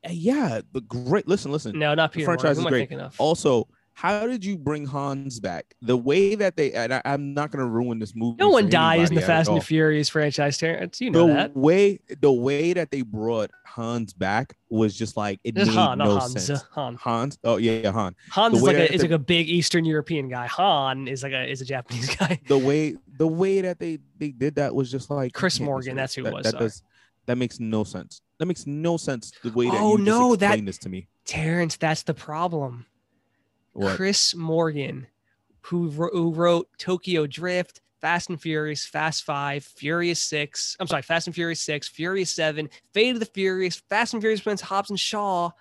S2: Eh, yeah, the great. Listen, listen.
S1: No, not
S2: The
S1: Peter Morgan. Who
S2: franchise is
S1: am I
S2: great.
S1: thinking of?
S2: Also, how did you bring Hans back? The way that they, and I, am not going to ruin this movie.
S1: No one
S2: for
S1: dies in the
S2: anybody at
S1: Fast and
S2: all.
S1: the Furious franchise, Terrence. You know
S2: The
S1: that.
S2: way the way that they brought Hans back was just like it
S1: It's
S2: made
S1: Han, not
S2: no
S1: Hans.
S2: sense.
S1: Han.
S2: Hans, oh yeah, yeah, Han.
S1: Hans
S2: The
S1: is
S2: way
S1: like a
S2: that
S1: is
S2: they-
S1: like a big Eastern European guy. Han is like a is a Japanese guy.
S2: The way the way that they they did that was just like you
S1: Chris
S2: can't do
S1: Morgan,
S2: this.
S1: that's who it
S2: that,
S1: was,
S2: That,
S1: sorry.
S2: does, that makes no sense. That makes no sense. The way that
S1: Oh,
S2: you
S1: no,
S2: just
S1: that-
S2: explained this to me.
S1: Terrence, that's the problem.
S2: What?
S1: Chris Morgan, who, wr- who wrote Tokyo Drift, Fast and Furious, Fast Five, Furious Six. I'm sorry, Fast and Furious Six, Furious Seven, Fate of the Furious, Fast and Furious Prince, Hobbs and Shaw,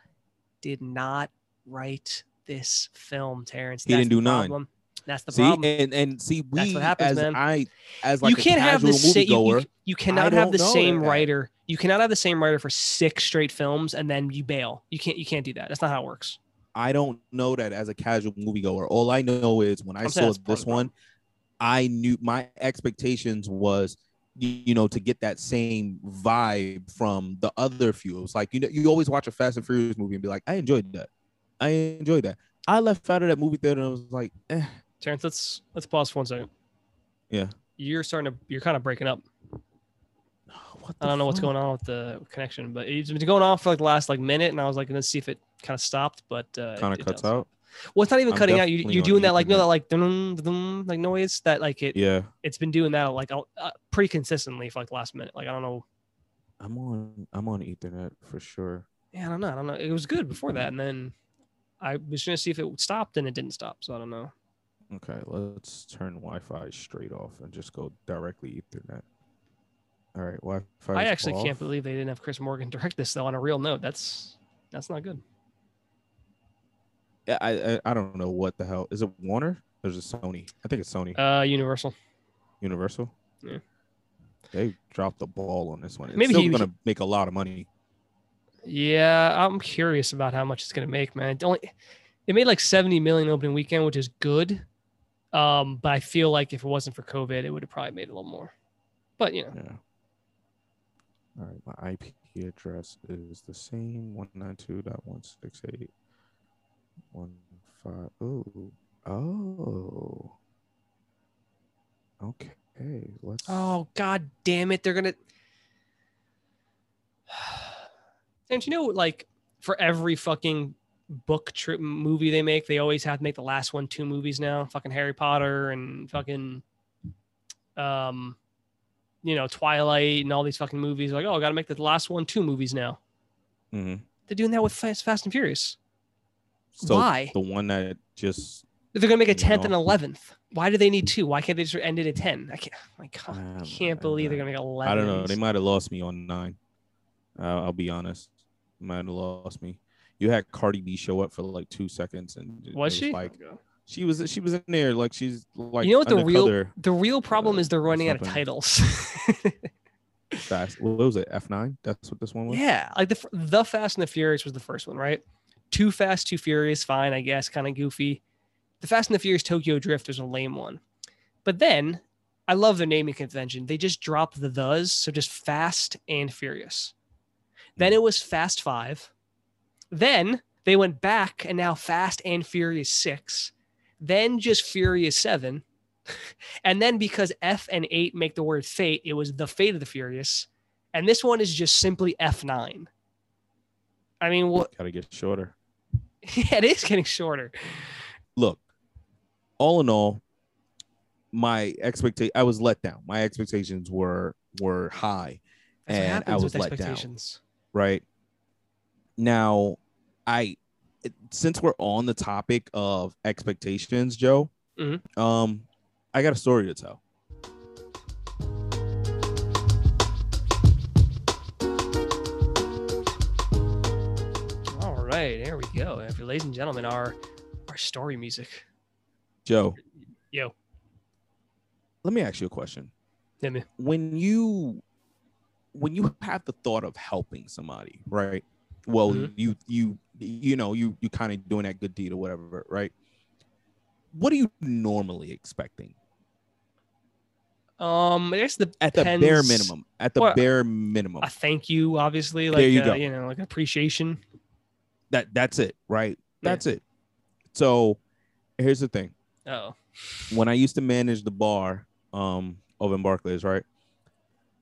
S1: did not write this film, Terrence.
S2: He
S1: That's
S2: didn't do
S1: the
S2: nine.
S1: problem. That's the
S2: see
S1: problem.
S2: and and see we
S1: That's what happens,
S2: as
S1: man.
S2: I as like
S1: you
S2: a
S1: can't have the
S2: casual
S1: same. You,
S2: moviegoer,
S1: you, you cannot
S2: I
S1: have the
S2: don't know
S1: same
S2: that.
S1: writer. You cannot have the same writer for six straight films and then you bail. You can't. You can't do that. That's not how it works.
S2: I don't know that as a casual moviegoer. All I know is when I
S1: I'm saying that's part
S2: saw
S1: of
S2: this
S1: the problem.
S2: one, I knew my expectations was y- you know to get that same vibe from the other few. It was like you know you always watch a Fast and Furious movie and be like, I enjoyed that. I enjoyed that. I left out of that movie theater and I was like, eh.
S1: Terrence, let's let's pause for one second.
S2: Yeah.
S1: You're starting to you're kind of breaking up.
S2: What
S1: I don't know what's going on with the connection, but it's been going on for like the last like minute, and I was like, let's see if it kind of stopped, but uh, it-
S2: Kind
S1: it
S2: of cuts
S1: doesn't.
S2: out.
S1: Well, it's not even
S2: I'm
S1: cutting out. You
S2: definitely
S1: you're
S2: on
S1: doing that like you know
S2: Ethernet.
S1: that like dum dum like noise that like it
S2: Yeah,
S1: it's been doing that like uh, pretty consistently for like the last minute. Like I don't know.
S2: I'm on. I'm on Ethernet for sure.
S1: Yeah, I don't know. I don't know. It was good before that, and then I was gonna see if it stopped, and it didn't stop. So I don't know.
S2: Okay, let's turn Wi-Fi straight off and just go directly Ethernet. All right, Wi-Fi.
S1: I
S2: is
S1: actually can't
S2: off.
S1: believe they didn't have Chris Morgan direct this though. On a real note, that's that's not good.
S2: Yeah, I, I I don't know what the hell is it. Warner? Or is it Sony? I think it's Sony.
S1: Uh, Universal.
S2: Universal.
S1: yeah.
S2: They dropped the ball on this one. It's
S1: Maybe
S2: still
S1: he-
S2: gonna make a lot of money.
S1: Yeah, I'm curious about how much it's gonna make, man. It only it made like 70 million opening weekend, which is good. Um, but I feel like if it wasn't for COVID, it would have probably made a little more. But you know,
S2: Yeah. All right, my IP address is the same 192.168.15. Oh, oh. Okay, let's.
S1: Oh god damn it, they're gonna And you know like for every fucking book trip movie they make, they always have to make the last one two movies now. Fucking Harry Potter and fucking um you know, Twilight and all these fucking movies. Like, oh, gotta make the last one two movies now.
S2: Mhm.
S1: They're doing that with Fast, Fast and Furious.
S2: So
S1: Why?
S2: the one that just
S1: They're gonna make a
S2: You
S1: tenth and
S2: know.
S1: eleventh. Why do they need two? Why can't they just end it at ten? I can't. My God,
S2: Um,
S1: Oh, I
S2: I
S1: can't
S2: don't
S1: believe they're
S2: know.
S1: gonna make eleven.
S2: I don't
S1: of
S2: know.
S1: these.
S2: They might have lost me on nine. Uh, I'll be honest. Might have lost me. You had Cardi B show up for like two seconds, and it
S1: Was she?
S2: like she was she was in there like she's like
S1: You know what the real-
S2: undercover
S1: The real problem
S2: Uh,
S1: is they're running out of
S2: something.
S1: titles.
S2: fast. What was it? F nine. That's what this one was.
S1: yeah, like the f- the Fast and the Furious was the first one, right? Too Fast, Too Furious, fine, I guess, kind of goofy. The Fast and the Furious Tokyo Drift was a lame one, but then I love their naming convention. They just dropped the thes, so just Fast and Furious. Then it was Fast Five. Then they went back and now Fast and Furious Six. Then just Furious Seven. And then because F and eight make the word fate, it was the fate of the Furious. And this one is just simply F9. I mean, what?
S2: Gotta get shorter.
S1: Yeah, it is getting shorter.
S2: Look, all in all, my expectation I was let down. My expectations were were high.
S1: That's what
S2: And I
S1: happens
S2: was
S1: with
S2: let down.
S1: expectations.
S2: right? Now, I it- since we're on the topic of expectations, Joe,
S1: Mhm.
S2: um, I got a story to tell.
S1: All right, there we go. If- Ladies and gentlemen, our our story music.
S2: Joe,
S1: Yo,
S2: let me ask you a question.
S1: hit me.
S2: When you when you have the thought of helping somebody, right? Well,
S1: Mhm.
S2: you you you know you you kind of doing that good deed or whatever, right? What are you normally expecting
S1: Um, I guess the
S2: at the bare
S1: depends-
S2: minimum? At the
S1: Well,
S2: bare minimum,
S1: A thank you, obviously. Like
S2: There you
S1: uh,
S2: go.
S1: you know, like appreciation.
S2: that that's it, right?
S1: Yeah.
S2: That's it. So here's the thing.
S1: Oh,
S2: When I used to manage the bar um over in Barclays, right?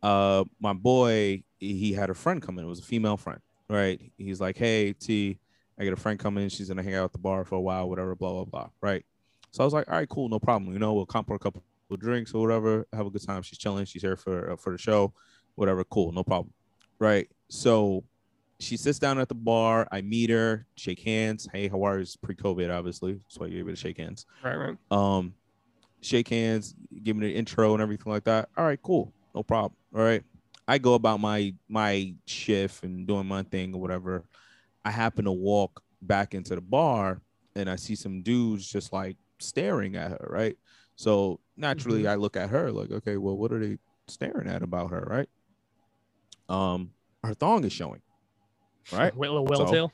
S2: Uh my boy, he had a friend come in. It was a female friend, right? He's like, Hey T, I get a friend coming, she's gonna hang out at the bar for a while, whatever, blah, blah, blah. Right. So I was like, All right, cool, no problem. You know, we'll comp her a couple of drinks or whatever, have a good time. She's chilling, she's here for uh, for the show, whatever, cool, no problem. Right. So she sits down at the bar. I meet her, shake hands. Hey, how are you? Pre COVID, obviously. That's why you're able to shake hands.
S1: right, right.
S2: Um, shake hands, give me the intro and everything like that. All right, cool. No problem. All right. I go about my my shift and doing my thing or whatever. I happen to walk back into the bar and I see some dudes just like staring at her, right? So naturally I look at her like, okay, well, what are they staring at about her, right? Um, her thong is showing. Right?
S1: Wait, a little whale
S2: So-
S1: tail.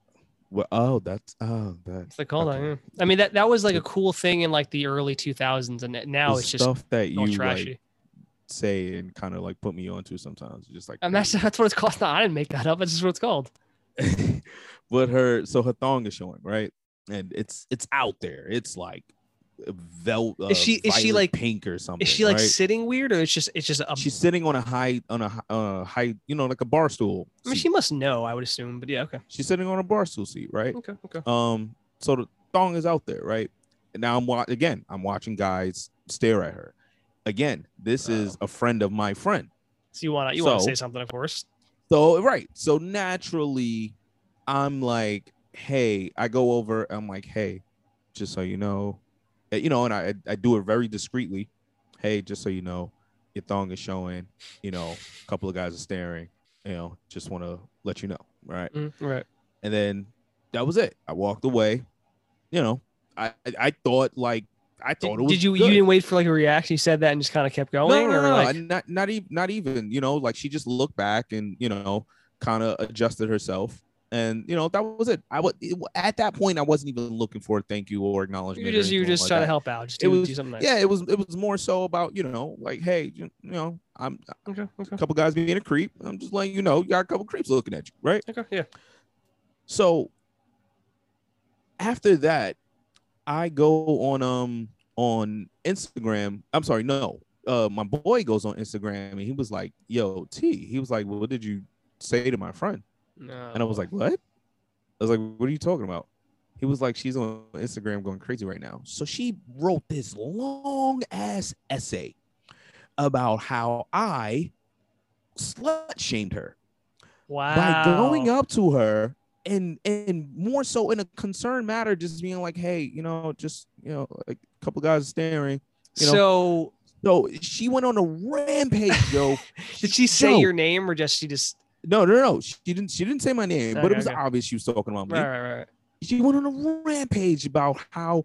S2: Well, oh, that's oh, that
S1: It's like hold on.
S2: Okay.
S1: yeah. I mean that that was like a cool thing in like the early 2000s, and now
S2: the
S1: it's just
S2: stuff that
S1: all
S2: you
S1: trashy.
S2: like say and kind of like put me onto sometimes. Just like
S1: and that's that's what it's called. No, I didn't make that up. That's just what it's called.
S2: but her so her thong is showing right, and it's it's out there. It's like velvet. Uh,
S1: Is she- is she,
S2: violet
S1: like-
S2: pink or something?
S1: Is she like
S2: right?
S1: sitting weird, or it's just it's just a
S2: She's sitting on a high on a hi- uh, high, you know, like a bar stool.
S1: I mean,
S2: seat.
S1: she must know, I would assume. But yeah, okay,
S2: She's sitting on a bar stool seat, right?
S1: okay, okay.
S2: Um, so the thong is out there, right? And now I'm wa- again, I'm watching guys stare at her. Again, this is a friend of my friend.
S1: So you want to you want to
S2: So-
S1: say something, of course.
S2: So right, so naturally, I'm like, hey, I go over, I'm like, hey, just so you know, eh, you know, and I I do it very discreetly. Hey, just so you know, your thong is showing. You know, a couple of guys are staring. You know, just want to let you know, right?
S1: Mm, right.
S2: and then that was it. I walked away. You know, I I, I thought like I
S1: Did,
S2: thought it was.
S1: did you
S2: good.
S1: you didn't wait for like a reaction? You said that and just kind of kept
S2: No,
S1: going,
S2: no, no,
S1: or
S2: no,
S1: like
S2: not not even not even. You know, like she just looked back and you know, kind of adjusted herself, and you know that was it. I was at that point. I wasn't even looking for a thank you or acknowledgement.
S1: you
S2: or
S1: just you
S2: anything
S1: just
S2: like
S1: trying to
S2: that.
S1: help out, just
S2: It
S1: do,
S2: was-
S1: do something nice.
S2: Yeah, it was it was more so about you know like hey you, you know I'm
S1: Okay. Okay.
S2: a couple guys being a creep. I'm just letting you know you got a couple creeps looking at you, right?
S1: Okay. Yeah.
S2: So after that, I go on um on Instagram. I'm sorry, no. Uh my boy goes on Instagram and he was like, yo, T. He was like, What did you say to my friend?
S1: No.
S2: And I was like, What? I was like, What are you talking about? He was like, She's on Instagram going crazy right now. So she wrote this long ass essay about how I slut shamed her
S1: wow.
S2: by going up to her and and more so in a concerned matter, just being like, hey, you know, just you know, like a couple guys staring. you know-
S1: so
S2: So she went on a rampage, yo.
S1: did she say
S2: Yo,
S1: your name or just she just
S2: No, no, no. She didn't. She didn't say my name, but
S1: Okay,
S2: it was
S1: okay.
S2: obvious she was talking about me.
S1: right right right, right.
S2: She went on a rampage about how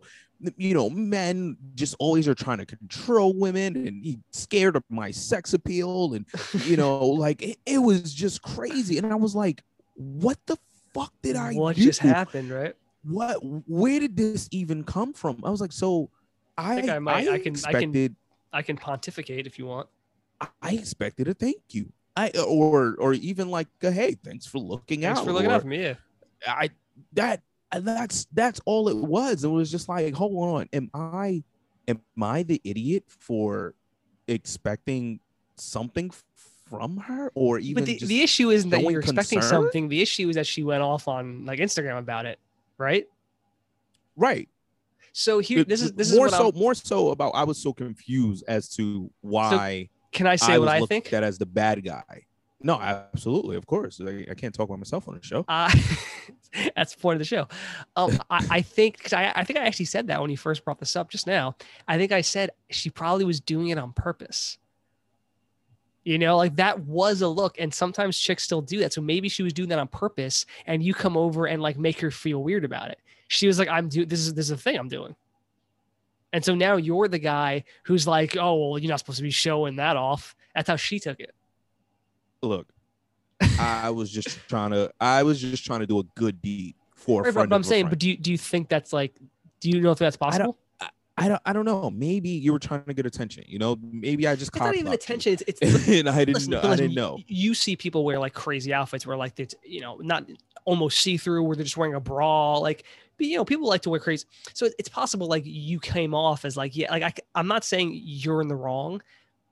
S2: you know men just always are trying to control women, and he scared of my sex appeal, and you know, like it, it was just crazy. And I was like, what the fuck did I?
S1: what
S2: do?
S1: just happened right
S2: what where did this even come from i was like so i
S1: think I
S2: i,
S1: might- I can- I can-
S2: expected
S1: I can pontificate if you want
S2: I, expected a thank you i or or even like a, hey thanks for looking
S1: thanks
S2: out
S1: for looking
S2: or
S1: out for me yeah
S2: i that that's that's all it was it was just like hold on am i am i the idiot for expecting something from her or even
S1: but the,
S2: just,
S1: the issue isn't that
S2: showing
S1: you're expecting
S2: concern?
S1: something the issue is that she went off on like instagram about it right
S2: right
S1: so here
S2: It-
S1: this is this is
S2: more
S1: what
S2: so
S1: I'm,
S2: more so about i was so confused as to why
S1: can i say
S2: I
S1: what
S2: was
S1: i
S2: looked
S1: think
S2: at as the bad guy. No, absolutely, of course. I, I can't talk about myself on the show.
S1: Uh, that's the point of the show. Um, I, I think 'cause I, I think I actually said that when you first brought this up just now. I think I said she probably was doing it on purpose. You know, like that was a look, and sometimes chicks still do that. So maybe she was doing that on purpose, and you come over and like make her feel weird about it. She was like, "I'm doing this is this is a thing I'm doing," and so now you're the guy who's like, "Oh, well, you're not supposed to be showing that off." That's how she took it.
S2: Look, I was just trying to. I was just trying to do a good deed for.
S1: Right,
S2: a
S1: but,
S2: friend
S1: but I'm
S2: of a
S1: saying, but
S2: friend.
S1: do you, do you think that's like, do you know if that's
S2: don't-
S1: possible?
S2: I don't. I don't know. Maybe you were trying to get attention. You know, maybe I just.
S1: it's not
S2: cock
S1: even
S2: blocked you.
S1: attention. It's, it's listen,
S2: and I didn't know. I
S1: listen,
S2: didn't
S1: you-
S2: know.
S1: You see people wear like crazy outfits where like it's you know not almost see through where they're just wearing a bra. Like but, you know people like to wear crazy. So it- it's possible like you came off as like yeah like I, I'm not saying you're in the wrong,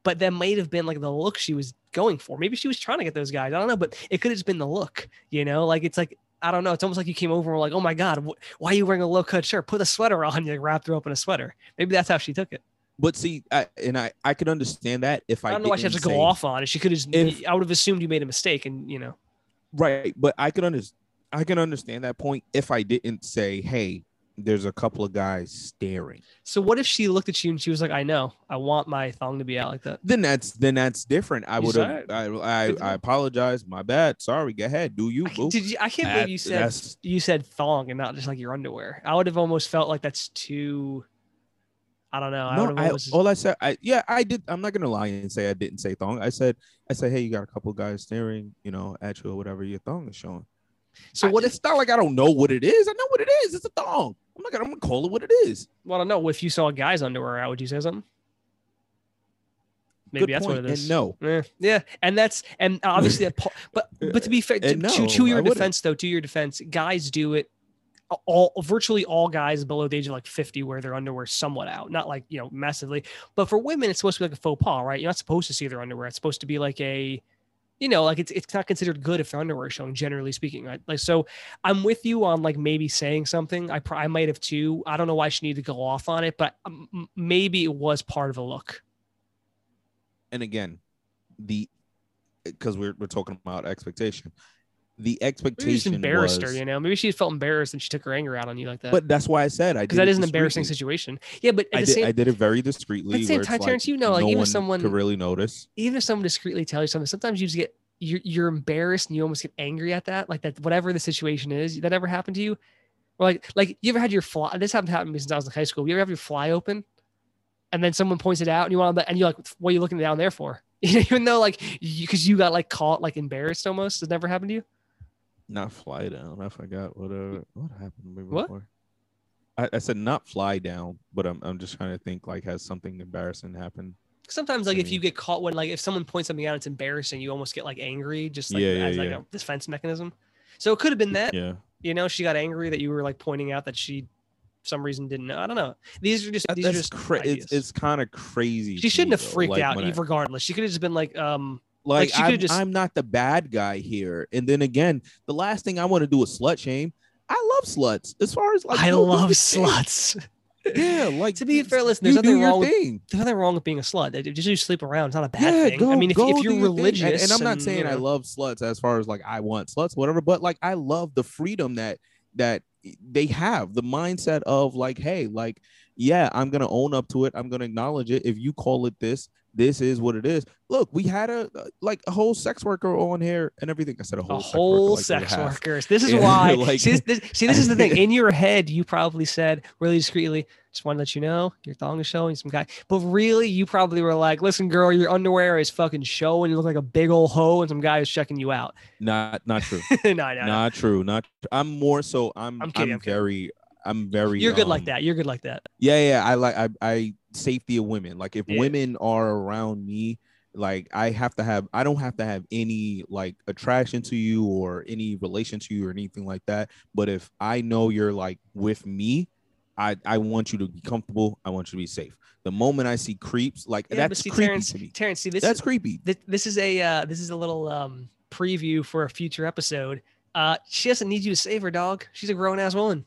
S1: but that might have been like the look she was going for. Maybe she was trying to get those guys. I don't know, but it could have just been the look. You know, like it's like. I don't know. It's almost like you came over and were like, "Oh my God, wh- why are you wearing a low cut shirt? Put a sweater on." You like, wrapped her up in a sweater. Maybe that's how she took it.
S2: But see, I, and I, I could understand that if I.
S1: I don't know why she has to
S2: didn't
S1: go
S2: say-
S1: off on it. She could have. just-
S2: If-
S1: I would have assumed you made a mistake, and you know,
S2: Right, but I could understand. I can understand that point if I didn't say, "Hey, there's a couple of guys staring."
S1: so what if she looked at you and she was like, "I know, I want my thong to be out like that."
S2: then that's then that's different. I
S1: You
S2: would
S1: saw it.
S2: have. I, I
S1: Good to know.
S2: I apologize. My bad. Sorry. Go ahead. Do you?
S1: I can't,
S2: Boo.
S1: did you, I can't believe
S2: That-
S1: you said
S2: that's-
S1: you said thong and not just like your underwear. I would have almost felt like that's too. I don't know. I
S2: no.
S1: would have
S2: I,
S1: almost.
S2: all I said. I yeah. I did. I'm not gonna lie and say I didn't say thong. I said. I said. Hey, you got a couple guys staring. You know, at you or whatever. Your thong is showing.
S1: So what
S2: I,
S1: if?
S2: it's not like I don't know what it is. I know what it is. It's a thong. I'm not gonna, I'm gonna call it what it is.
S1: Well, I don't know. If you saw a guy's underwear out, would you say something? Maybe
S2: Good
S1: that's
S2: point.
S1: what it is.
S2: And no,
S1: Yeah, yeah, and that's and obviously that. pa- But but to be fair, to,
S2: And Eh, no,
S1: to, to
S2: I
S1: your
S2: wouldn't.
S1: defense though, to your defense, guys do it. All virtually all guys below the age of like fifty wear their underwear somewhat out, not like you know massively. But for women, it's supposed to be like a faux pas, right? You're not supposed to see their underwear. It's supposed to be like a, you know, like it's it's not considered good if their underwear is showing, generally speaking, right? Like so, I'm with you on like maybe saying something. I pr- I might have too. I don't know why she needed to go off on it, but um, m- maybe it was part of a look.
S2: and again, the because we're we're talking about expectation. The expectation
S1: Maybe she just embarrassed
S2: was,
S1: her, you know. Maybe she felt embarrassed and she took her anger out on you like that.
S2: but that's why I said
S1: because
S2: I because
S1: that is an embarrassing situation. Yeah, but at
S2: I
S1: the
S2: did,
S1: same,
S2: I did it very discreetly.
S1: same
S2: where it's
S1: time,
S2: like
S1: Terrence, you know, like,
S2: no
S1: even
S2: one
S1: someone-
S2: could really notice.
S1: even if someone discreetly tells you something, sometimes you just get you're, you're embarrassed and you almost get angry at that. Like that, whatever the situation is, that ever happened to you? Or like, like you ever had your fly? This happened happened to me since I was in high school. You ever have your fly open, and then someone points it out, and you want to, and you're like, what are you looking down there for? even though like you because you got like caught like embarrassed almost. It never happened to you.
S2: Not fly down. I forgot what uh what happened maybe
S1: What?
S2: before. I, I said not fly down, but I'm I'm just trying to think like has something embarrassing happened.
S1: Sometimes like
S2: I
S1: if
S2: mean-
S1: you get caught when like if someone points something out, it's embarrassing. You almost get like angry, just like
S2: Yeah, yeah,
S1: as like
S2: yeah.
S1: a defense mechanism. So it could have been that.
S2: Yeah.
S1: you know she got angry that you were like pointing out that she for some reason didn't know i don't know these are just
S2: That-
S1: these are
S2: that's
S1: just
S2: cra-
S1: ideas.
S2: it's, it's kind of crazy.
S1: she
S2: to
S1: shouldn't
S2: me,
S1: have
S2: though,
S1: freaked
S2: like,
S1: out
S2: when I-
S1: ev- regardless she could have just been like um
S2: Like,
S1: she could've
S2: I'm,
S1: just-
S2: I'm not the bad guy here. And then again, the last thing I want to do is slut shame. I love sluts. As far as like
S1: i
S2: no, do
S1: love
S2: your thing.
S1: sluts
S2: Yeah, like
S1: To be fair, listen,
S2: you
S1: there's
S2: do
S1: nothing
S2: your
S1: wrong with-
S2: thing.
S1: there's nothing wrong with being a slut They- just you sleep around it's not a bad
S2: yeah,
S1: thing
S2: go,
S1: i mean if,
S2: go
S1: if
S2: do
S1: you're
S2: your thing. And-
S1: religious
S2: and, I'm not saying I
S1: you know,
S2: love sluts as far as like I want sluts, whatever, but like I love the freedom that that they have, the mindset of like, hey, like, yeah, I'm gonna own up to it. I'm gonna acknowledge it. If you call it this, this is what it is. Look, we had a uh, like a whole sex worker on here and everything. I said a whole,
S1: a whole
S2: sex
S1: sex
S2: worker. like, we have.
S1: workers. This is
S2: Yeah,
S1: why.
S2: like-
S1: see, this, this- see, this is the thing. In your head, you probably said really discreetly, "Just want to let you know your thong is showing." Some guy, but really, you probably were like, "Listen, girl, your underwear is fucking showing. You look like a big old hoe, and some guy is checking you out."
S2: Not not true.
S1: no, no, no.
S2: not true. Not. I'm more so. I'm.
S1: I'm
S2: I'm,
S1: kidding, I'm kidding.
S2: very. I'm very.
S1: You're good like
S2: um,
S1: that. You're good like that.
S2: Yeah, yeah. I like. I. I safety of women. Like if
S1: Yeah.
S2: women are around me, like I have to have. I don't have to have any like attraction to you or any relation to you or anything like that. But if I know you're like with me. I, I want you to be comfortable. I want you to be safe. The moment I see creeps, like
S1: Yeah, but
S2: that's
S1: see,
S2: creepy
S1: Terrence,
S2: to me.
S1: Terrence, see, this
S2: That's creepy.
S1: th- this is a uh, this is a little um, preview for a future episode. Uh, she doesn't need you to save her, dog. She's a grown ass woman.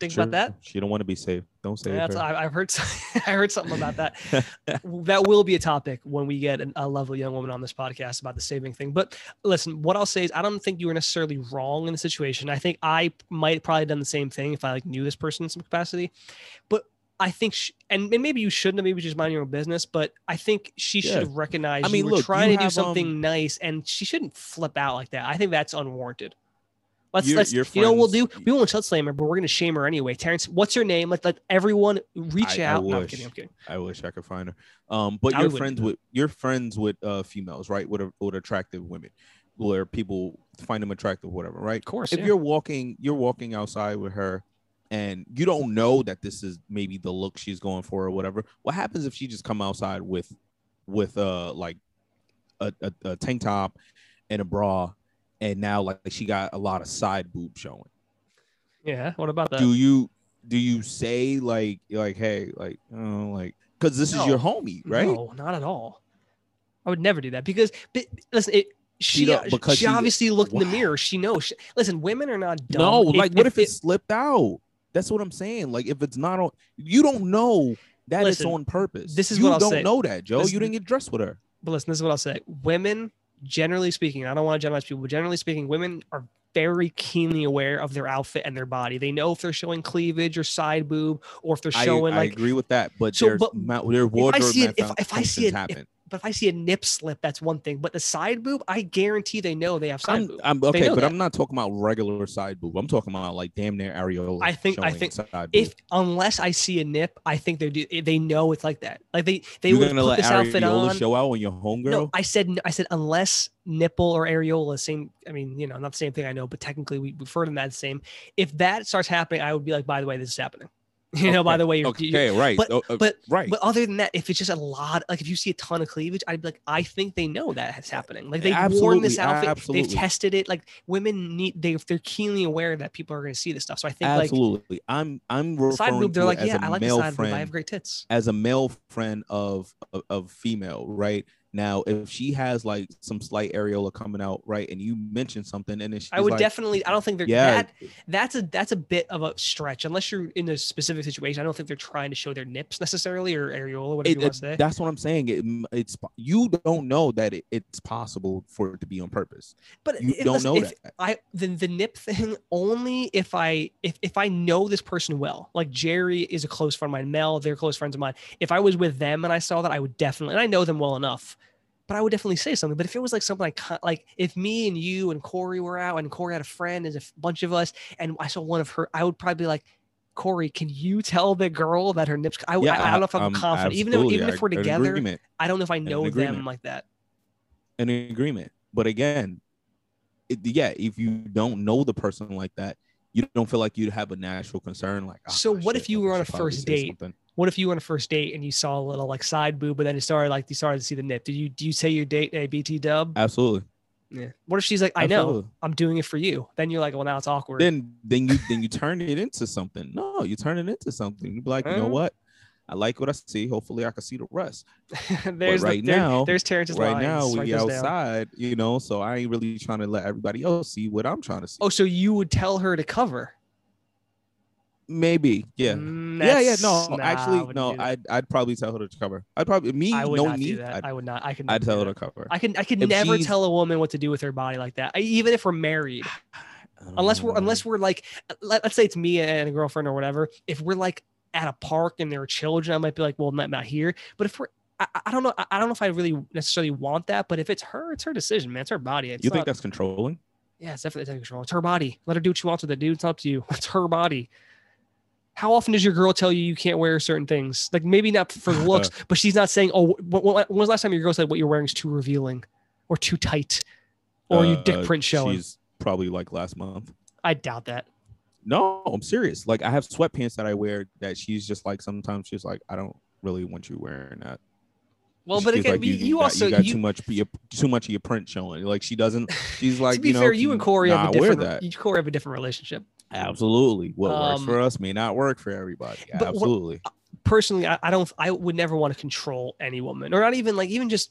S1: Think
S2: Sure,
S1: about that.
S2: She don't want to be safe. Don't say
S1: That's,
S2: her.
S1: I, I've heard some- I heard something about that. that will be a topic when we get an, a lovely young woman on this podcast about the saving thing. But listen, what I'll say is I don't think you were necessarily wrong in the situation. I think I might probably done the same thing if I like knew this person in some capacity. But I think, sh and, and maybe you shouldn't have, maybe just mind your own business. But I think she
S2: Yeah.
S1: should have recognized
S2: I mean,
S1: you were
S2: look, you
S1: trying to do
S2: have,
S1: something
S2: um,
S1: nice, and she shouldn't flip out like that. I think that's unwarranted. Let's,
S2: Your-
S1: let's
S2: your
S1: you know what we'll do?
S2: friends-
S1: We won't slut slam her, but we're gonna shame her anyway. Terrence, what's your name? Let, let everyone reach
S2: I- I
S1: out. No, I'm
S2: wish.
S1: kidding. I'm kidding.
S2: I wish I could find her. Um, but
S1: I
S2: you're
S1: wouldn't
S2: friends
S1: either.
S2: with you're friends with uh females, right? With with attractive women, where people find them attractive, whatever, right?
S1: Of course.
S2: If
S1: yeah.
S2: you're walking, you're walking outside with her, and you don't know that this is maybe the look she's going for or whatever. What happens if she just come outside with with uh like a, a, a tank top and a bra, and now like she got a lot of side boob showing?
S1: Yeah. What about that?
S2: do you do you say like like hey like oh like because this
S1: No.
S2: is your homie right
S1: No, not at all. I would never do that because but, listen, it, she uh,
S2: don't- because
S1: she
S2: she-
S1: obviously looked in
S2: Wow.
S1: the mirror. She knows. She, listen, women are not dumb.
S2: no
S1: It-
S2: like what if it, slipped out that's what i'm saying like if it's not on you don't know that
S1: Listen,
S2: it's on purpose
S1: this is
S2: you
S1: what I'll
S2: don't
S1: say.
S2: know that joe
S1: Listen-
S2: you didn't get dressed with her
S1: But listen, this is what I'll say. Women, generally speaking, I don't want to generalize people, but generally speaking, women are very keenly aware of their outfit and their body. They know if they're showing cleavage or side boob or if they're
S2: I,
S1: showing
S2: I
S1: like
S2: agree with that but
S1: So,
S2: there's
S1: but
S2: ma- their wardrobe
S1: see it- if-
S2: malfunc-
S1: if I see it-
S2: functions happen
S1: But if I see a nip slip, that's one thing. But the side boob, I guarantee they know they have side
S2: I'm,
S1: boob.
S2: I'm okay,
S1: know
S2: but
S1: that.
S2: I'm not talking about regular side boob. I'm talking about like damn near areola.
S1: I think- I
S2: showing
S1: think
S2: side boob.
S1: If unless I see a nip, I think they do. They know it's like that. Like they they
S2: you're
S1: would
S2: gonna
S1: put
S2: let
S1: this outfit
S2: areola
S1: on.
S2: show out on your homegirl.
S1: No, I said I said unless nipple or areola, same. I mean, you know, not the same thing. I know, but technically we refer to them as the same. If that starts happening, I would be like, by the way, this is happening. You know, by
S2: Okay,
S1: the way, you're,
S2: okay,
S1: you're-
S2: right,
S1: but-
S2: oh, uh,
S1: but-
S2: right.
S1: But other than that, if it's just a lot, like if you see a ton of cleavage, I'd be like, I think they know that is happening. Like they've worn this
S2: Absolutely,
S1: outfit,
S2: absolutely.
S1: they've tested it. Like women need, they they're keenly aware that people are going to see this stuff. So I think
S2: Absolutely, I'm I'm
S1: like side
S2: referring
S1: boob, they're
S2: to it
S1: like,
S2: as
S1: yeah,
S2: a
S1: I like the
S2: male
S1: side
S2: friend
S1: boob. I have great tits.
S2: as a male friend of, of of female, right? Now, if she has like some slight areola coming out, right, and you mention something, and then she's
S1: I would
S2: like,
S1: definitely. I don't think they're
S2: yeah,
S1: that. That's a that's a bit of a stretch unless you're in a specific situation. I don't think they're trying to show their nips necessarily or areola, whatever
S2: it-
S1: you want
S2: it-
S1: to say.
S2: that's what I'm saying. It, it's you don't know that it, it's possible for it to be on purpose.
S1: but
S2: You
S1: if-
S2: don't
S1: listen,
S2: know
S1: if
S2: that.
S1: I the, the nip thing only if I if if I know this person well. Like Jerry is a close friend of mine, Mel, they're close friends of mine. If I was with them and I saw that, I would definitely and I know them well enough, but I would definitely say something. But if it was like something like con- like if me and you and Corey were out and Corey had a friend and a f- bunch of us and I saw one of her, I would probably be like. Corey, can you tell the girl that her nips? I, I, I don't know if I'm,
S2: um,
S1: confident. Even if,
S2: absolutely,
S1: even
S2: I-
S1: if we're
S2: an
S1: together,
S2: agreement,
S1: I don't know if I know them
S2: agreement.
S1: like that.
S2: an agreement. But again, it, yeah, if you don't know the person like that, you don't feel like you'd have a natural concern. Like, ah,
S1: So what if
S2: shit,
S1: you
S2: like,
S1: were
S2: I
S1: on a
S2: should probably
S1: first
S2: say
S1: date
S2: something.
S1: what if you were on a first date and you saw a little like side boob, but then it started like you started to see the nip? Did you do you say your date a BT dub?
S2: Absolutely.
S1: Yeah. What if she's like, I know,
S2: absolutely.
S1: I'm doing it for you? Then you're like, well, now it's awkward.
S2: Then then you then you turn it into something. No, you turn it into something. You be like, you know
S1: Huh?
S2: what? I like what I see. Hopefully, I can see the rest.
S1: there's the-
S2: right
S1: there-
S2: now-
S1: there's Terrence's
S2: right
S1: lines.
S2: now,
S1: Write
S2: we
S1: those down.
S2: outside, you know. So I ain't really trying to let everybody else see what I'm trying to see.
S1: Oh, so you would tell her to cover?
S2: Maybe, yeah.
S1: Mm,
S2: Yeah, yeah,
S1: that's-
S2: no,
S1: nah, I
S2: actually,
S1: wouldn't
S2: no.
S1: do that.
S2: I'd, I'd probably tell her to cover. I'd probably me,
S1: I would
S2: no
S1: not
S2: me.
S1: do that.
S2: I'd,
S1: I would not. I could.
S2: I'd
S1: never
S2: tell
S1: do
S2: her
S1: that.
S2: to cover.
S1: I could. I could
S2: If
S1: never
S2: she's-
S1: tell a woman what to do with her body like that. I, even if we're married,
S2: I don't
S1: unless we're
S2: know.
S1: unless we're like let, let's say it's me and a girlfriend or whatever if we're like at a park and there are children i might be like well not, not here but if we're I, I- I don't know I, I don't know if i really necessarily want that but if it's her it's her decision man it's her body it's
S2: you think
S1: not-
S2: that's controlling?
S1: yeah it's definitely taking control it's her body let her do what she wants with it dude it's not up to you it's her body how often does your girl tell you you can't wear certain things like maybe not for looks but she's not saying oh when, when was the last time your girl said what you're wearing is too revealing or too tight or your
S2: Uh,
S1: dick print showing
S2: She's probably like last month.
S1: i doubt that
S2: No, I'm serious. Like I have sweatpants that I wear that she's just like sometimes she's like I don't really want you wearing that.
S1: well
S2: She's
S1: but again
S2: like,
S1: you, you
S2: got,
S1: also
S2: you got too much your, too much of your print showing. Like she doesn't. She's like
S1: to be
S2: you know,
S1: fair, you
S2: she-
S1: and Corey
S2: nah,
S1: have a
S2: I wear
S1: different.
S2: that.
S1: You Corey have a different relationship.
S2: Absolutely, what works
S1: Um,
S2: for us may not work for everybody.
S1: but what-
S2: Absolutely,
S1: Personally, I, I don't. I would never want to control any woman, or not even like even just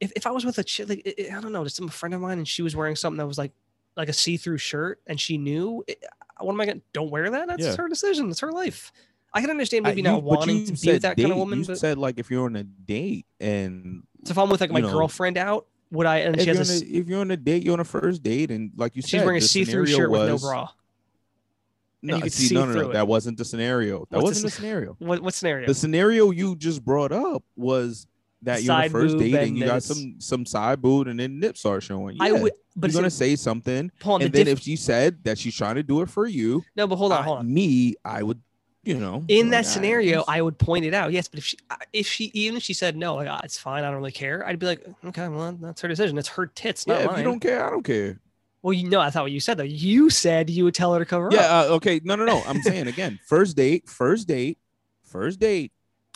S1: if, if I was with a chick, like I- I don't know, just some friend of mine, and she was wearing something that was like like a see through shirt, and she knew. It, what am I gonna? Don't wear that. That's
S2: Yeah.
S1: her decision. It's her life. I can understand
S2: I-
S1: maybe
S2: you-
S1: not
S2: but
S1: wanting
S2: you
S1: to be
S2: said
S1: with that kind of
S2: date.
S1: woman,
S2: You
S1: but
S2: said like if you're on a date and
S1: so if I'm with like my
S2: you know,
S1: girlfriend out, would I? And
S2: if
S1: she
S2: you're, on
S1: has a,
S2: a,
S1: s-
S2: if you're on a date, you're on a first date, and like you
S1: she's
S2: said,
S1: wearing a
S2: the
S1: see through
S2: scenario
S1: shirt with no
S2: was-
S1: bra. and
S2: No,
S1: you could
S2: see,
S1: see
S2: no, no,
S1: through
S2: no,
S1: it.
S2: that wasn't the scenario. That
S1: What's the
S2: wasn't the
S1: sce-
S2: scenario.
S1: What what scenario?
S2: The scenario you just brought up was that you're on a
S1: Side
S2: first
S1: boob
S2: date
S1: and
S2: and you
S1: then
S2: got
S1: it's-
S2: some some side boob and then nips are showing.
S1: I
S2: Yeah,
S1: would, but
S2: you're gonna
S1: it's,
S2: say something,
S1: Paul, the
S2: and then
S1: diff-
S2: if she said that she's trying to do it for you,
S1: no, but hold on,
S2: I-
S1: hold on.
S2: me, I would, you know,
S1: in
S2: like,
S1: that
S2: I-
S1: scenario, I would point it out. Yes, but if she, if she, even if she said no, like "Ah, it's fine, I don't really care. I'd be like, okay, well, that's her decision. It's her tits, not
S2: yeah, if
S1: mine.
S2: you don't care, I don't care.
S1: well, you know, that's not what you said though. You said you would tell her to cover up.
S2: Yeah. Uh, okay. No, no, no. I'm saying again. First date. First date. First date.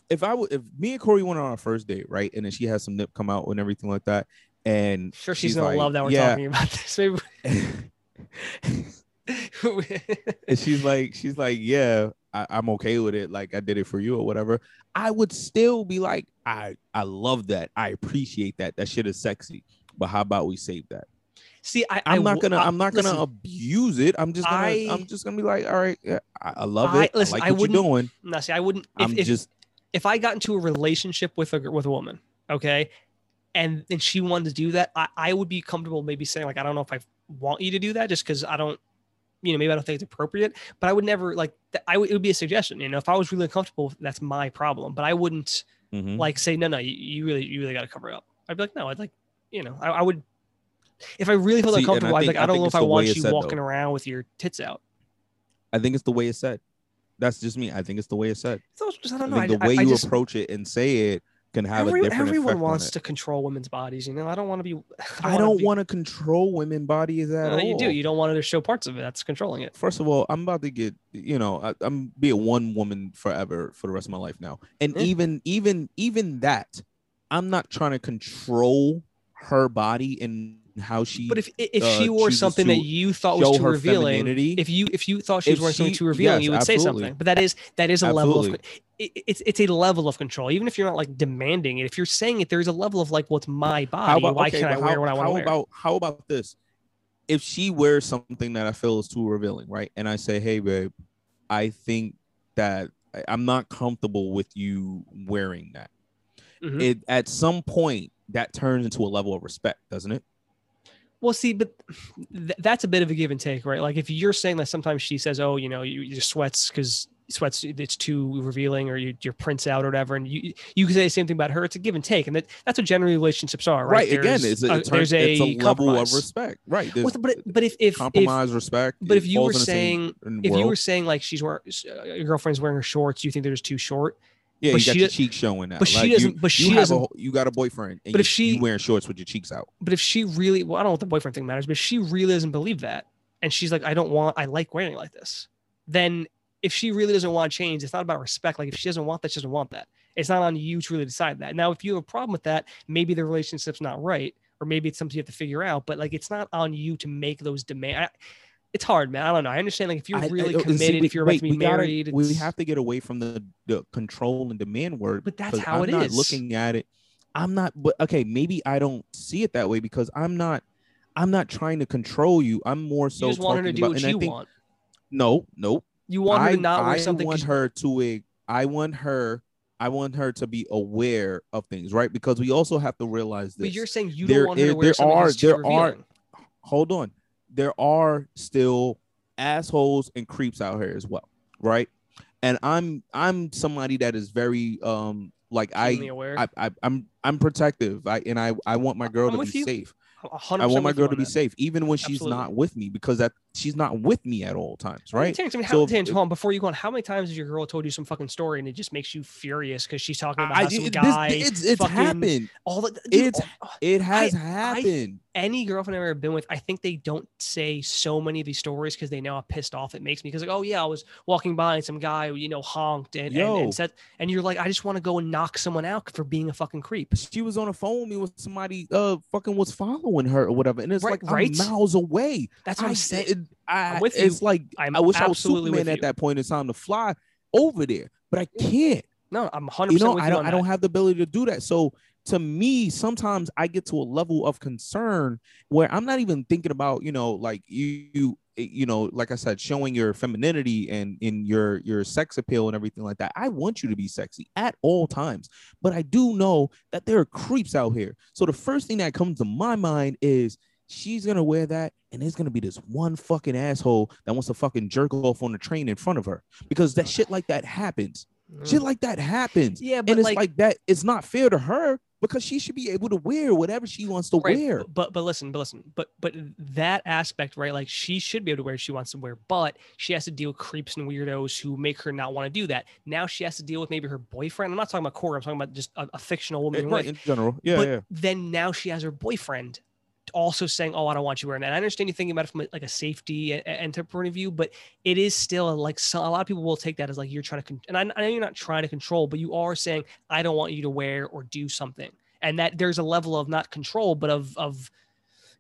S2: If I would, if me and Corey went on our first date, right, and then she has some nip come out and everything like that, and
S1: Sure, she's,
S2: she's
S1: gonna
S2: like,
S1: love that we're
S2: yeah.
S1: talking about this. Maybe.
S2: and she's like, she's like, yeah, I, I'm okay with it. Like I did it for you or whatever. I would still be like, I, I love that. I appreciate that. That shit is sexy. But how about we save that?
S1: See, I,
S2: I'm
S1: I
S2: not
S1: w-
S2: gonna.
S1: I-
S2: I'm not gonna
S1: listen,
S2: abuse it. I'm just gonna. I,
S1: I-
S2: am just gonna be like, all right, yeah, I, I love
S1: I-
S2: it.
S1: listen,
S2: I
S1: I
S2: like what
S1: wouldn't-
S2: you're doing.
S1: no, see, I wouldn't. If,
S2: I'm
S1: if,
S2: just.
S1: if I got into a relationship with a gir- with a woman, okay, and and she wanted to do that, I, I would be comfortable maybe saying like I don't know if I want you to do that just because I don't, you know, maybe I don't think it's appropriate. But I would never like th- I would it would be a suggestion. You know, if I was really uncomfortable, that's my problem. But I wouldn't
S2: Mhm.
S1: like say no no you, you really you really got to cover it up i'd be like no i'd like you know i, I would if i really felt
S2: See, and I
S1: uncomfortable i'd be
S2: think-
S1: like
S2: I
S1: i don't
S2: think
S1: know
S2: it's
S1: if i
S2: the way
S1: want
S2: it's
S1: you
S2: said,
S1: walking
S2: though.
S1: around with your tits out
S2: I think it's the way it's said. That's just me. I think it's the way it's said.
S1: so it's just, i
S2: I
S1: don't know
S2: think the
S1: I,
S2: way
S1: I
S2: you
S1: just,
S2: approach it and say it can have
S1: every-
S2: a different
S1: everyone
S2: effect
S1: wants
S2: on
S1: to control women's bodies you know i don't want to be
S2: it. I don't
S1: wanna
S2: want to control women bodies
S1: be-
S2: at
S1: No,
S2: all.
S1: you do you don't want to show parts of it that's controlling it
S2: First of all, I'm about to get, you know, I, I'm be a one woman forever for the rest of my life now. And
S1: Yeah.
S2: even, even, even that, I'm not trying to control her body and how she.
S1: but if if
S2: uh,
S1: she wore
S2: chooses
S1: something
S2: to
S1: that you thought
S2: show
S1: was too
S2: her
S1: revealing
S2: femininity,
S1: if you if you thought she
S2: If
S1: was wearing something
S2: she-
S1: too revealing,
S2: yes,
S1: you would
S2: absolutely.
S1: say something. But that is that is a level of
S2: Absolutely.
S1: it, it's it's a level of control. Even if you're not like demanding it, if you're saying it, there's a level of like, well, it's my body. Why
S2: okay,
S1: can't I
S2: but
S1: wear
S2: how-
S1: what I want
S2: how
S1: to wear?
S2: about how about this? If she wears something that I feel is too revealing, right? And I say, hey, babe, I think that I- I'm not comfortable with you wearing that.
S1: Mhm.
S2: It at some point that turns into a level of respect, doesn't it?
S1: well, see, but th- that's a bit of a give and take, right? Like if you're saying that sometimes she says, oh, you know, you, your sweats because sweats it's too revealing or you, your prints out or whatever and you you can say the same thing about her it's a give and take and that, that's what generally relationships are right,
S2: Again,
S1: There's
S2: it's
S1: a,
S2: a, it turns-
S1: there's a,
S2: it's a level of
S1: compromise.
S2: respect. Right. There's
S1: Well, but but if if, if
S2: compromise, respect.
S1: but
S2: it
S1: if you were
S2: falls in the same
S1: if you
S2: world.
S1: were saying like she's wearing uh, your girlfriend's wearing her shorts, you think they're just too short.
S2: yeah,
S1: but
S2: you got
S1: she
S2: your
S1: do-
S2: cheeks showing out.
S1: but she
S2: Like,
S1: doesn't-
S2: You,
S1: but
S2: you
S1: she
S2: have a
S1: doesn't-
S2: whole- you got a boyfriend. And
S1: But
S2: you-
S1: if she-
S2: you wearing shorts with your cheeks out.
S1: But if she really, well, I don't know if the boyfriend thing matters, but if she really doesn't believe that, and she's like, I don't want, I like wearing it like this. Then if she really doesn't want change, it's not about respect. Like if she doesn't want that, she doesn't want that. It's not on you to really decide that. Now, if you have a problem with that, maybe the relationship's not right, or maybe it's something you have to figure out. But like, it's not on you to make those demands. It's hard, man. I don't know. I understand. Like if you're
S2: I- I
S1: really
S2: don't- see,
S1: committed,
S2: we-
S1: if you're about
S2: wait,
S1: to be
S2: we gotta-
S1: married,
S2: we
S1: it's-
S2: have to get away from the, the control and demand word.
S1: But that's
S2: because
S1: how
S2: I'm
S1: it
S2: not
S1: is.
S2: Looking at it, I'm not. But okay, maybe I don't see it that way because I'm not. I'm not trying to control you. I'm more so
S1: you just want her to
S2: talking
S1: do
S2: about-
S1: what
S2: and I
S1: you
S2: think-
S1: want.
S2: No, no.
S1: You want her
S2: I,
S1: to not wear
S2: I
S1: something.
S2: want
S1: 'cause-
S2: her to. a- I want her. I want her to be aware of things, right? Because we also have to realize this.
S1: but you're saying you
S2: There
S1: don't want her
S2: is-
S1: to wear
S2: there
S1: something
S2: are-
S1: that's too
S2: there are-
S1: revealing.
S2: hold on. There are still assholes and creeps out here as well, right? And I'm I'm somebody that is very um like
S1: Keenly
S2: I,
S1: aware.
S2: I, I I'm I'm protective. I and I I want my girl
S1: I'm
S2: to be
S1: with you.
S2: safe.
S1: A hundred
S2: I
S1: percent
S2: want my
S1: with
S2: girl
S1: you
S2: to
S1: on
S2: be
S1: that.
S2: safe even when she's
S1: Absolutely.
S2: not with me because that she's not with me at all times,
S1: How many
S2: right?
S1: times- I mean, how,
S2: So-
S1: Tans, hold on, before you go on, how many times has your girl told you some fucking story and it just makes you furious because she's talking about
S2: I,
S1: how some
S2: it- this-
S1: guy,
S2: it's it's
S1: fucking-
S2: happened.
S1: all the dude,
S2: it's-
S1: all-
S2: It has happened.
S1: any girlfriend I've ever been with, I think they don't say so many of these stories because they know how pissed off it makes me. Because like, oh yeah, I was walking by and some guy, you know, honked and and,
S2: Yo.
S1: and said, and you're like, I just want to go and knock someone out for being a fucking creep.
S2: she was on the phone with me with somebody uh fucking was following her or whatever, and it's
S1: Right-
S2: like I'm
S1: right?
S2: miles away.
S1: That's what
S2: I-
S1: I'm saying.
S2: it- I,
S1: I'm with
S2: it's like i
S1: I'm
S2: wish I was
S1: absolutely with
S2: Superman at
S1: you.
S2: that point in time to fly over there, but I can't.
S1: No, I'm 100
S2: You
S1: percent
S2: know,
S1: with
S2: I
S1: you
S2: don't.
S1: on
S2: I
S1: that.
S2: don't have the ability to do that. So to me, sometimes I get to a level of concern where I'm not even thinking about you know, like you, you, you know, like I said, showing your femininity and in your your sex appeal and everything like that. I want you to be sexy at all times, but I do know that there are creeps out here. So the first thing that comes to my mind is she's gonna wear that, and there's gonna be this one fucking asshole that wants to fucking jerk off on the train in front of her because that shit like that happens.
S1: Mm.
S2: Shit like that happens,
S1: Yeah, but
S2: and it's
S1: like,
S2: like, that. It's not fair to her because she should be able to wear whatever she wants to
S1: right,
S2: wear.
S1: But but listen, but listen, but but that aspect, right? Like she should be able to wear what she wants to wear, but she has to deal with creeps and weirdos who make her not want to do that. Now she has to deal with maybe her boyfriend. I'm not talking about Corey. I'm talking about just a, a fictional woman.
S2: Eh,
S1: you're
S2: right,
S1: with.
S2: in general, yeah,
S1: but
S2: yeah.
S1: then now she has her boyfriend also saying, "Oh, I don't want you wearing that." I understand you thinking about it from like a safety and, and type point of view, but it is still like some, a lot of people will take that as like you're trying to, con- and I, I know you're not trying to control, but you are saying, "I don't want you to wear or do something," and that there's a level of not control, but of of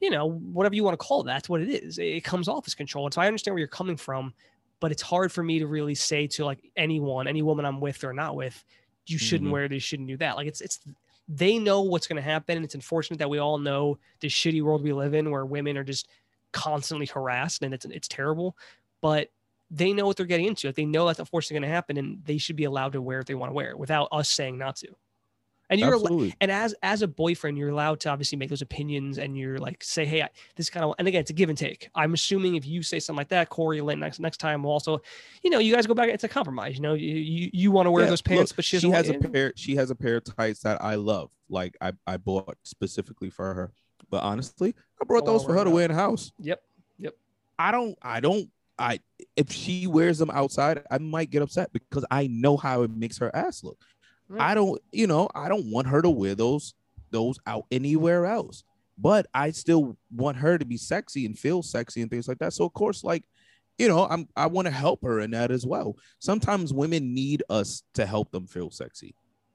S1: you know whatever you want to call that, that's what it is. It, it comes off as control, and so I understand where you're coming from, but it's hard for me to really say to like anyone, any woman I'm with or not with, you shouldn't
S2: Mhm.
S1: wear this, you shouldn't do that. Like it's it's they know what's going to happen. It's unfortunate that we all know the shitty world we live in where women are just constantly harassed and it's it's terrible, but they know what they're getting into. Like they know that's unfortunately going to happen and they should be allowed to wear what they want to wear without us saying not to. and you're al-
S2: Absolutely.
S1: and as as a boyfriend you're allowed to obviously make those opinions and you're like say hey I, this kind of and again it's a give and take i'm assuming if you say something like that corey lynn next next time will also you know you guys go back it's a compromise you know you you, you want to wear
S2: Yeah,
S1: those pants
S2: look,
S1: but she,
S2: she
S1: doesn't
S2: has a
S1: want-
S2: pair. She has a pair of tights that I love. Like I, I bought specifically for her. But honestly, I brought
S1: Well,
S2: those for her to
S1: right.
S2: wear in the house.
S1: yep
S2: I don't. I don't. I if she wears them outside, I might get upset because I know how it makes her ass look.
S1: Right.
S2: I don't. You know, I don't want her to wear those those out anywhere else. But I still want her to be sexy and feel sexy and things like that. So of course, like you know, I'm I want to help her in that as well. Sometimes women need us to help them feel sexy.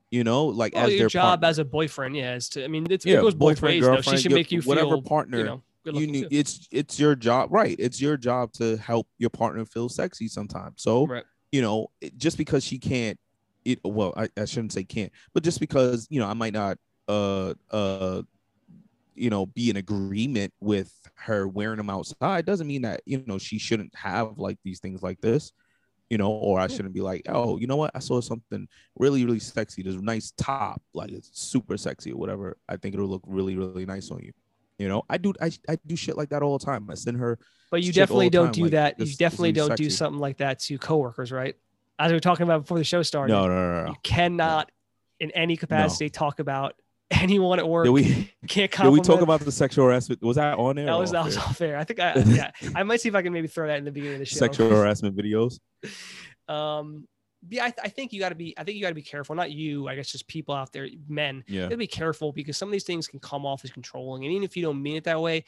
S2: You know, like
S1: well,
S2: as
S1: "Oh, your
S2: their
S1: job
S2: partner.
S1: as a boyfriend yeah is to i mean it's,
S2: yeah,
S1: it goes both
S2: boyfriend,
S1: ways though. she
S2: girlfriend,
S1: should
S2: your-
S1: make you
S2: whatever
S1: feel
S2: partner
S1: you know good
S2: you
S1: looking
S2: need
S1: too.
S2: it's it's your job right it's your job to help your partner feel sexy sometimes so
S1: Right.
S2: you know it- just because she can't it well I, I shouldn't say can't but just because you know i might not uh uh you know be in agreement with her wearing them outside doesn't mean that you know she shouldn't have like these things like this you know or i shouldn't be like oh you know what i saw something really really sexy this nice top like it's super sexy or whatever i think it'll look really really nice on you you know i do i, I do shit like that all the time i send her
S1: But you
S2: shit all
S1: definitely
S2: the
S1: don't
S2: time,
S1: do
S2: like,
S1: that.
S2: this-
S1: you
S2: this
S1: definitely
S2: is
S1: don't do
S2: sexy.
S1: something like that to coworkers, right? As we were talking about before the show started,
S2: no no no no, no
S1: you cannot, in any capacity, talk about anyone at work.
S2: did we
S1: can't
S2: did we
S1: compliment.
S2: talk about the sexual harassment was that on there
S1: that
S2: or
S1: was that
S2: off
S1: was
S2: air?
S1: all fair. I think I yeah. I might see if I can maybe throw that in the beginning of the show.
S2: sexual harassment videos
S1: Um, yeah, I, th- I think you got to be. I think you got to be careful. Not you, I guess, just people out there, men. You
S2: yeah
S1: got to be careful because some of these things can come off as controlling, and even if you don't mean it that way,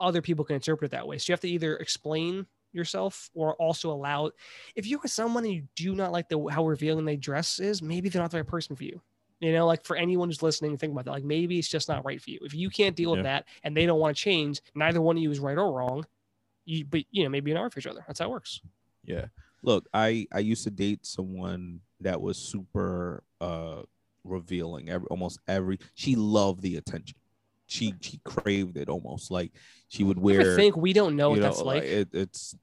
S1: other people can interpret it that way. So you have to either explain yourself or also allow. If you're with someone and you do not like the how revealing they dress is, maybe they're not the right person for you. You know, like for anyone who's listening, think about that. Like maybe it's just not right for you. If you can't deal
S2: Yeah.
S1: with that and they don't want to change, neither one of you is right or wrong. You, but you know, maybe you're not right for each other. That's how it works.
S2: Yeah. Look, I I used to date someone that was super uh revealing. Every almost every she loved the attention. She she craved it almost like she would
S1: You ever
S2: wear.
S1: think we don't know what
S2: you know,
S1: that's like.
S2: it, it's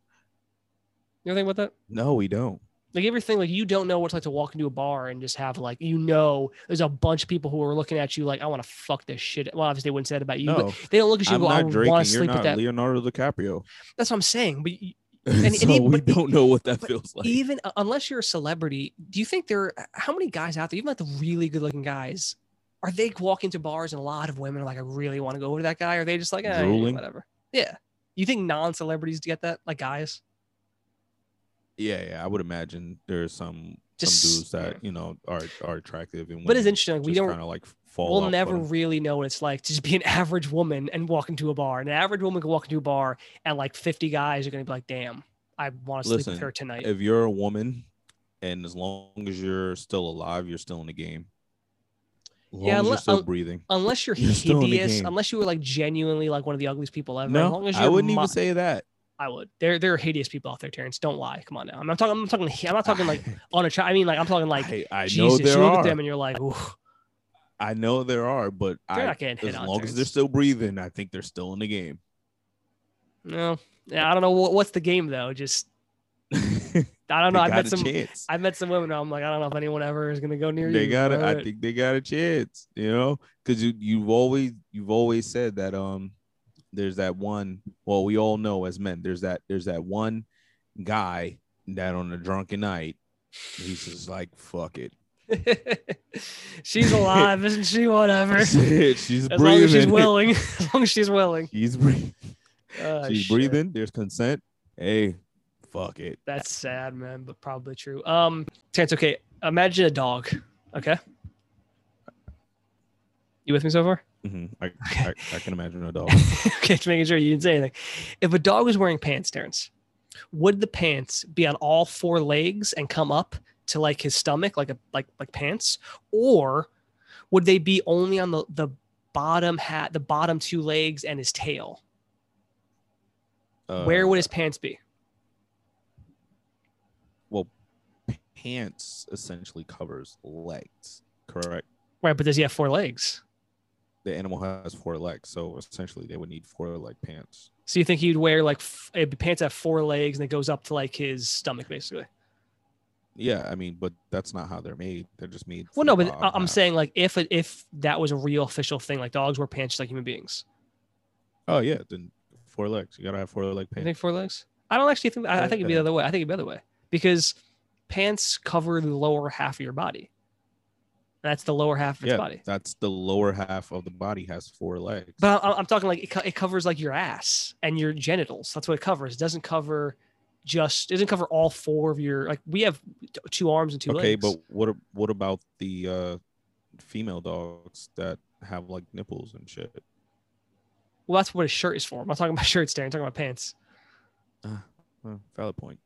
S1: You ever think about that?
S2: no, we don't.
S1: Like everything, like you don't know what it's like to walk into a bar and just have like you know there's a bunch of people who are looking at you like I want to fuck this shit. Well, obviously they wouldn't say that about you, but
S2: No,
S1: they don't look at you
S2: I'm
S1: and go I
S2: not Drake,
S1: want
S2: and
S1: to
S2: you're
S1: sleep with
S2: not
S1: that.
S2: Leonardo DiCaprio.
S1: That's what I'm saying. But you- and
S2: so
S1: even-
S2: we
S1: but e-
S2: don't know what that
S1: but
S2: feels like.
S1: even uh, unless you're a celebrity, do you think there? How many guys out there, even like the really good looking guys, are they walking to bars and a lot of women are like I really want to go over to that guy? Or are they just like eh,
S2: Drooling.
S1: whatever? Yeah. You think non-celebrities get that? Like guys,
S2: yeah, yeah, I would imagine there's some
S1: Just-
S2: some dudes that you know are are attractive and
S1: but it's
S2: women
S1: interesting. Like, we
S2: just
S1: don't
S2: kind of like fall. out
S1: we'll
S2: for
S1: never
S2: them.
S1: really know what it's like to just be an average woman and walk into a bar. And an average woman can walk into a bar and like 50 guys are going to be like, damn, I want to sleep
S2: Listen,
S1: with her tonight.
S2: if you're a woman and as long as you're still alive, you're still in the game. As long
S1: Yeah, um,
S2: as you're
S1: unle-
S2: still
S1: un-
S2: breathing.
S1: unless you're,
S2: you're still in the
S1: hideous,
S2: game.
S1: unless you were like genuinely like one of the ugliest people ever. as
S2: No,
S1: long as you're
S2: I wouldn't
S1: mo-
S2: even say that.
S1: I would. There, there are hideous people out there, Terrence. Don't lie. Come on now. I'm not talking, I'm not talking, I'm not talking like on a child. I mean, like, I'm talking like,
S2: I, I know
S1: Jesus, you
S2: there
S1: look
S2: are.
S1: at them and you're like, Ooh,
S2: I know there are, but
S1: they're
S2: I,
S1: not getting hit
S2: as
S1: on.
S2: long as they're
S1: Terrence.
S2: still breathing, I think they're still in the game.
S1: no, yeah, I don't know what, what's the game though. Just, I don't know. I've
S2: they got
S1: met
S2: a
S1: some,
S2: chance.
S1: I've met some women. where I'm like, I don't know if anyone ever is gonna go near
S2: they
S1: you.
S2: got it.
S1: All
S2: I
S1: right.
S2: think they got a chance, you know, because you you've always you've always said that um there's that one. Well, we all know as men, there's that there's that one guy that on a drunken night, he's just like fuck it.
S1: she's alive, isn't she? Whatever.
S2: That's
S1: As
S2: it. She's
S1: long as she's
S2: breathing.
S1: willing. As long as she's willing.
S2: He's breathing.
S1: Uh,
S2: she's breathing. There's consent. Hey, fuck it.
S1: That's sad, man, but probably true. Um, Terrence, okay. Imagine a dog. Okay. You with me so far?
S2: Mhm. I, I, I can imagine a dog.
S1: okay, just making sure you didn't say anything. If a dog was wearing pants, Terrence, would the pants be on all four legs and come up to like his stomach, like a like like pants, or would they be only on the the bottom hat, the bottom two legs, and his tail?
S2: Uh,
S1: Where would his pants be?
S2: pants essentially covers legs? Correct.
S1: Right, but does he have four legs?
S2: The animal has four legs, so essentially they would need four leg pants.
S1: So you think he'd wear like f- it'd be pants that have four legs and it goes up to like his stomach, basically?
S2: yeah, I mean, but that's not how they're made. They're just made.
S1: Well, no, but
S2: for
S1: I- I'm
S2: that.
S1: saying like if it- if that was a real official thing, like dogs wear pants just like human beings.
S2: Oh yeah, then four legs. You gotta have four leg
S1: You
S2: pants.
S1: think four legs? I don't actually think. I, I think it'd be the
S2: Yeah.
S1: other way. I think it'd be the other way because pants cover the lower half of your body. That's the lower half of its
S2: yeah,
S1: body.
S2: that's the lower half of the body has four legs.
S1: But I- I'm talking like it, co- it covers like your ass and your genitals. That's what it covers. It doesn't cover just. It doesn't cover all four of your. Like we have t- two arms and two
S2: okay,
S1: legs.
S2: but what a- what about the uh female dogs that have like nipples and shit?
S1: well, that's what a shirt is for. I'm not talking about shirts, Dan. I'm talking about pants.
S2: Huh, valid point.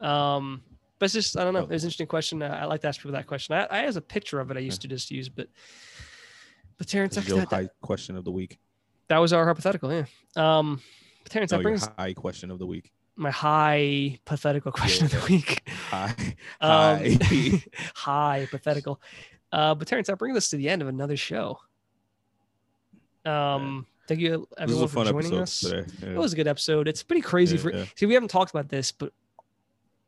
S1: Um, but it's just I don't know. It was
S2: Oh.
S1: an interesting question. Uh, I like to ask people that question. I, I has a picture of it. I used to just use, but but Terrence,
S2: This is
S1: that,
S2: your
S1: that,
S2: high question of the week.
S1: that was our hypothetical. Yeah. Um, but Terrence,
S2: No,
S1: that
S2: Oh, your
S1: brings
S2: high question of the week.
S1: my high hypothetical question of the week.
S2: High.
S1: Um,
S2: High.
S1: high hypothetical. Uh, but Terrence, I bring this to the end of another show. Um, thank you
S2: this is
S1: everyone
S2: a
S1: for
S2: fun
S1: joining
S2: episode
S1: us.
S2: today. Yeah.
S1: It was a good episode. It's pretty crazy
S2: Yeah,
S1: for
S2: yeah.
S1: see. We haven't talked about this, but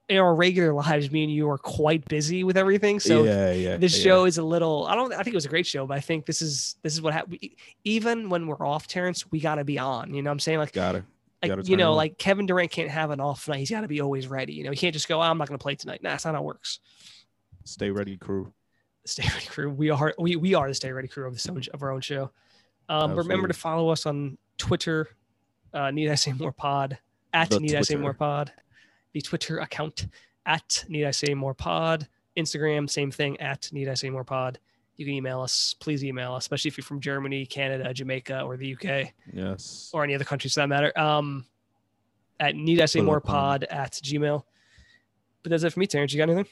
S1: in our regular lives, me and you are quite busy with everything. So
S2: yeah, yeah,
S1: this
S2: yeah.
S1: show is a little. I don't. I think it was a great show, but I think this is this is what happened. Even when we're off, Terrence, we got to be on. You know, what I'm saying like
S2: Got it.
S1: like
S2: gotta
S1: you
S2: turn it
S1: know,
S2: on.
S1: like Kevin Durant can't have an off night. He's got to be always ready. You know, he can't just go. "Oh, I'm not going to play tonight. Nah, that's not how it works.
S2: Stay ready, crew.
S1: The Stay Ready Crew. We are we we are the Stay Ready Crew of this own, of our own show. Um, but remember
S2: Absolutely.
S1: to follow us on Twitter. Uh, need I say more pod at
S2: The
S1: need I say
S2: Twitter.
S1: more pod, the Twitter account at need I say more pod, Instagram same thing at need I say more pod. You can email us, please email us, especially if you're from Germany, Canada, Jamaica, or the UK
S2: Yes.
S1: or any other countries for that matter. Um, at need I say
S2: Put it
S1: more
S2: up on-
S1: pod at Gmail. But that's it for me, Terrence. You got anything?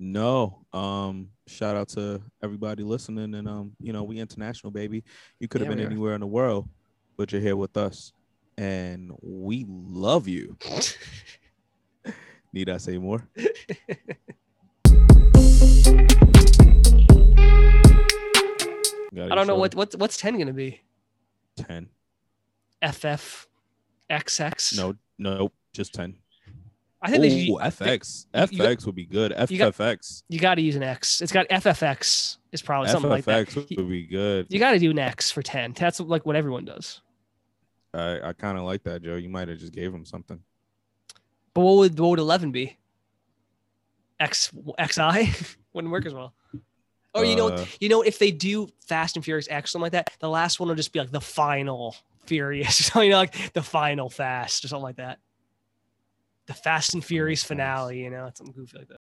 S2: No. Um, shout out to everybody listening. And um, you know, we international, baby. You could have
S1: Yeah, we
S2: been
S1: are.
S2: anywhere in the world, but you're here with us. And we love you. Need I say more?
S1: I don't know what what what's ten gonna be.
S2: ten.
S1: FF, XX.
S2: No, no, just ten.
S1: I
S2: Ooh,
S1: think they should, you-
S2: FX.
S1: you got-
S2: FX would be good.
S1: you got-
S2: FFX.
S1: you got to use an X. It's got FFX. It's probably something like that.
S2: FFX would be good.
S1: You got to do an X for ten. That's like what everyone does.
S2: I, I kind of like that, Joe. You might have just gave him something.
S1: But what would what would eleven be? X XI wouldn't work as well. Or you know
S2: Uh,
S1: you know if they do Fast and Furious X something like that, the last one will just be like the final Furious, or something you know, like the final Fast or something like that. The Fast and Furious
S2: Fast.
S1: finale, you know, it's something goofy like that.